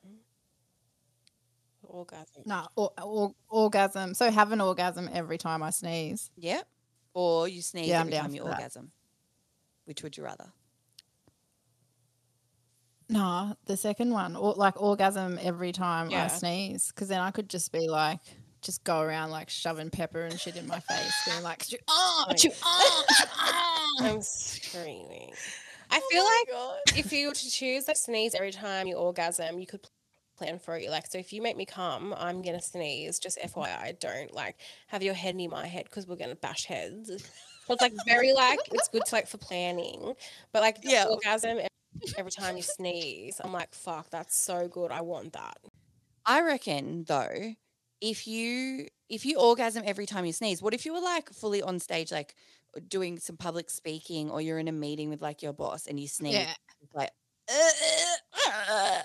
Speaker 2: Orgasm.
Speaker 3: No, or, or, orgasm. So have an orgasm every time I sneeze.
Speaker 1: Yep. Or you sneeze
Speaker 3: Yeah, I'm
Speaker 1: every
Speaker 3: down
Speaker 1: time you
Speaker 3: for that.
Speaker 1: orgasm. Which would you rather?
Speaker 3: No, the second one, or like orgasm every time I
Speaker 2: Yeah.
Speaker 3: sneeze, because then I could just be like, just go around like shoving pepper and shit in my face, being like, "Achoo, ah,
Speaker 2: Right.
Speaker 3: achoo, ah, achoo, ah."
Speaker 2: I'm screaming. I feel like if you were to choose like sneeze every time you orgasm, you could pl- plan for it. You're Like, so if you make me come, I'm gonna sneeze. Just FYI, don't like have your head near my head because we're gonna bash heads. So it's like very like it's good to like for planning, but like the
Speaker 1: Yeah.
Speaker 2: orgasm ev- every time you sneeze, I'm like fuck, that's so good. I want that.
Speaker 1: I reckon though, if you if you orgasm every time you sneeze, what if you were like fully on stage, like uh, doing some public speaking, or you're in a meeting with like your boss and you sneeze,
Speaker 3: yeah,
Speaker 1: it's like "Uh, uh,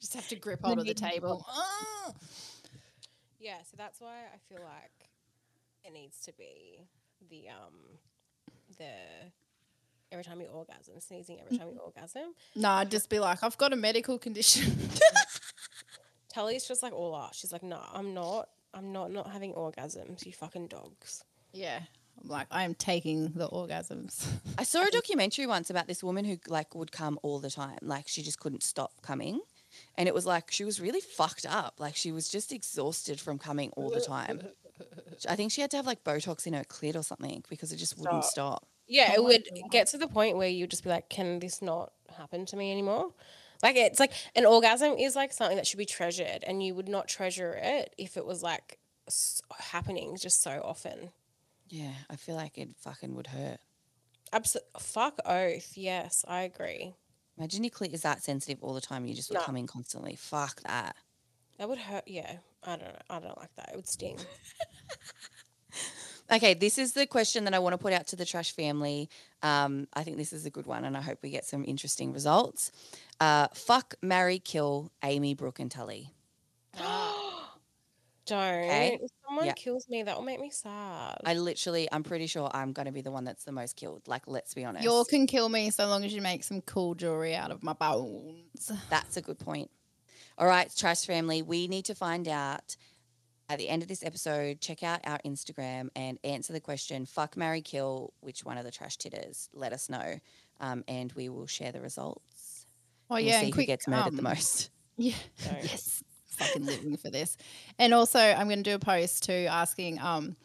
Speaker 3: just have to grip hold of the table. Ah.
Speaker 2: Yeah, so that's why I feel like it needs to be the um the every time you orgasm, sneezing every time you orgasm.
Speaker 3: No, I'd just be like, I've got a medical condition.
Speaker 2: Tully's just like all out. She's like, no, I'm not. I'm not not having orgasms. You fucking dogs.
Speaker 3: yeah, I'm like, I am taking the orgasms.
Speaker 1: uh." I saw a documentary once about this woman who like would come all the time, like she just couldn't stop coming, and it was like she was really fucked up, like she was just exhausted from coming all the time. I think she had to have like Botox in her clit or something because it just wouldn't stop.
Speaker 2: Yeah,
Speaker 3: Oh
Speaker 2: it
Speaker 3: my
Speaker 2: would
Speaker 3: God.
Speaker 2: get to the point where you just be like, can this not happen to me anymore? Like it's like an orgasm is like something that should be treasured, and you would not treasure it if it was like s- happening just so often.
Speaker 1: Yeah, I feel like it fucking would hurt.
Speaker 2: Abs- fuck oath. Yes, I agree.
Speaker 1: Imagine your clit is that sensitive all the time. You just were
Speaker 2: No.
Speaker 1: coming constantly. Fuck that.
Speaker 2: That would hurt. Yeah, I don't. know. I don't like that. It would sting.
Speaker 1: Okay, this is the question that I want to put out to the trash family. Um, I think this is a good one, and I hope we get some interesting results. Uh, fuck, marry, kill Amy, Brooke, and Tully.
Speaker 2: Don't.
Speaker 1: Okay.
Speaker 2: If someone
Speaker 1: Yeah.
Speaker 2: kills me, that will make me sad.
Speaker 1: I literally, I'm pretty sure I'm going to be the one that's the most killed. Like, let's be honest.
Speaker 3: Y'all can kill me so long as you make some cool jewelry out of my bones.
Speaker 1: That's a good point. All right, Trash Family, we need to find out at the end of this episode. Check out our Instagram and answer the question fuck, marry, kill, which one of the trash titters? Let us know. Um, and we will share the results.
Speaker 3: Oh
Speaker 1: We'll
Speaker 3: yeah,
Speaker 1: see
Speaker 3: and
Speaker 1: who
Speaker 3: quick
Speaker 1: gets murdered the
Speaker 3: um,
Speaker 1: most.
Speaker 3: Yeah.
Speaker 2: Don't.
Speaker 3: Yes. Fucking living for this. And also, I'm going to do a post too asking. Um,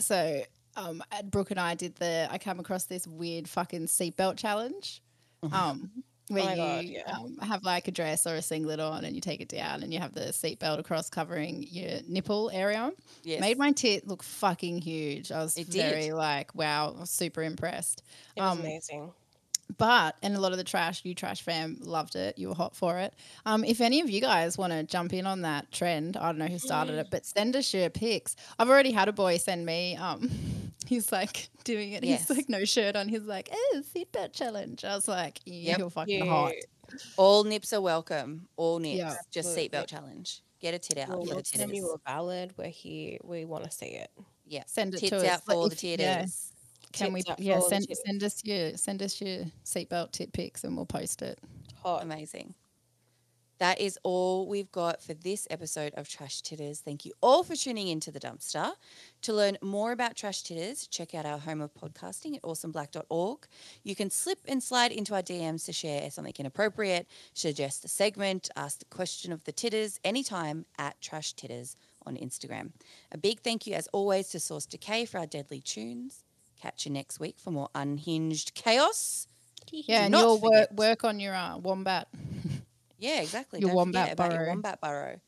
Speaker 3: so, um, Ed- Brooke and I did the. I come across this weird fucking seatbelt challenge. Um. Where
Speaker 2: my
Speaker 3: you
Speaker 2: God, yeah.
Speaker 3: um, have like a dress or a singlet on, and you take it down, and you have the seatbelt across covering your nipple area.
Speaker 1: Yes.
Speaker 3: Made my tit look fucking huge. I was
Speaker 1: It did.
Speaker 3: very like, wow, I was super impressed.
Speaker 2: It was
Speaker 3: Um,
Speaker 2: amazing.
Speaker 3: But and a lot of the trash, you trash fam loved it. You were hot for it. Um, if any of you guys want to jump in on that trend, I don't know who started it, but send us your pics. I've already had a boy send me. Um, he's like doing it.
Speaker 1: Yes.
Speaker 3: He's like no shirt on. He's like, oh, seatbelt challenge. I was like,
Speaker 1: Yep.
Speaker 3: you're fucking hot.
Speaker 2: Cute.
Speaker 1: All nips are welcome. All nips.
Speaker 3: Yeah.
Speaker 1: Just
Speaker 2: Absolutely.
Speaker 1: seatbelt challenge. Get a tit out
Speaker 2: Well,
Speaker 1: for the
Speaker 2: next time you
Speaker 1: titters.
Speaker 2: were valid. We're here. We want to see it.
Speaker 1: Yeah.
Speaker 3: Send it
Speaker 1: Tits
Speaker 3: to us.
Speaker 1: out
Speaker 3: Like,
Speaker 1: for the
Speaker 3: if- yeah.
Speaker 1: titters.
Speaker 3: Can we?
Speaker 2: Tits out for
Speaker 3: Yeah,
Speaker 2: all the
Speaker 3: send
Speaker 2: titties.
Speaker 3: send us your send us your seatbelt tit pics and we'll post it.
Speaker 2: Hot.
Speaker 1: Oh, Amazing. That is all we've got for this episode of Trash Titters. Thank you all for tuning into the dumpster. To learn more about Trash Titters, check out our home of podcasting at awesomeblack.org. You can slip and slide into our DMs to share something inappropriate, suggest a segment, ask the question of the titters anytime at Trash Titters on Instagram. A big thank you, as always, to Source Decay for our deadly tunes. Catch you next week for more unhinged chaos.
Speaker 3: Yeah, and
Speaker 1: not
Speaker 3: you'll work
Speaker 1: forget-
Speaker 3: work on your uh, wombat.
Speaker 1: Yeah, exactly.
Speaker 3: Your
Speaker 1: Don't
Speaker 3: wombat
Speaker 1: forget about your
Speaker 3: burrow.
Speaker 1: wombat burrow.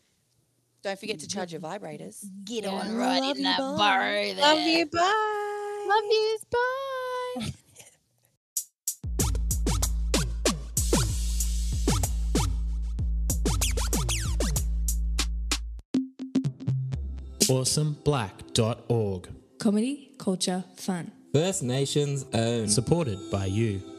Speaker 1: Don't forget to charge your vibrators.
Speaker 3: Get
Speaker 2: on
Speaker 1: Mm-hmm. right in that burrow
Speaker 2: Love you. Bye.
Speaker 3: Love yous. Bye.
Speaker 4: awesomeblack.org.
Speaker 5: Comedy, culture, fun.
Speaker 6: First Nations own.
Speaker 4: Supported by you.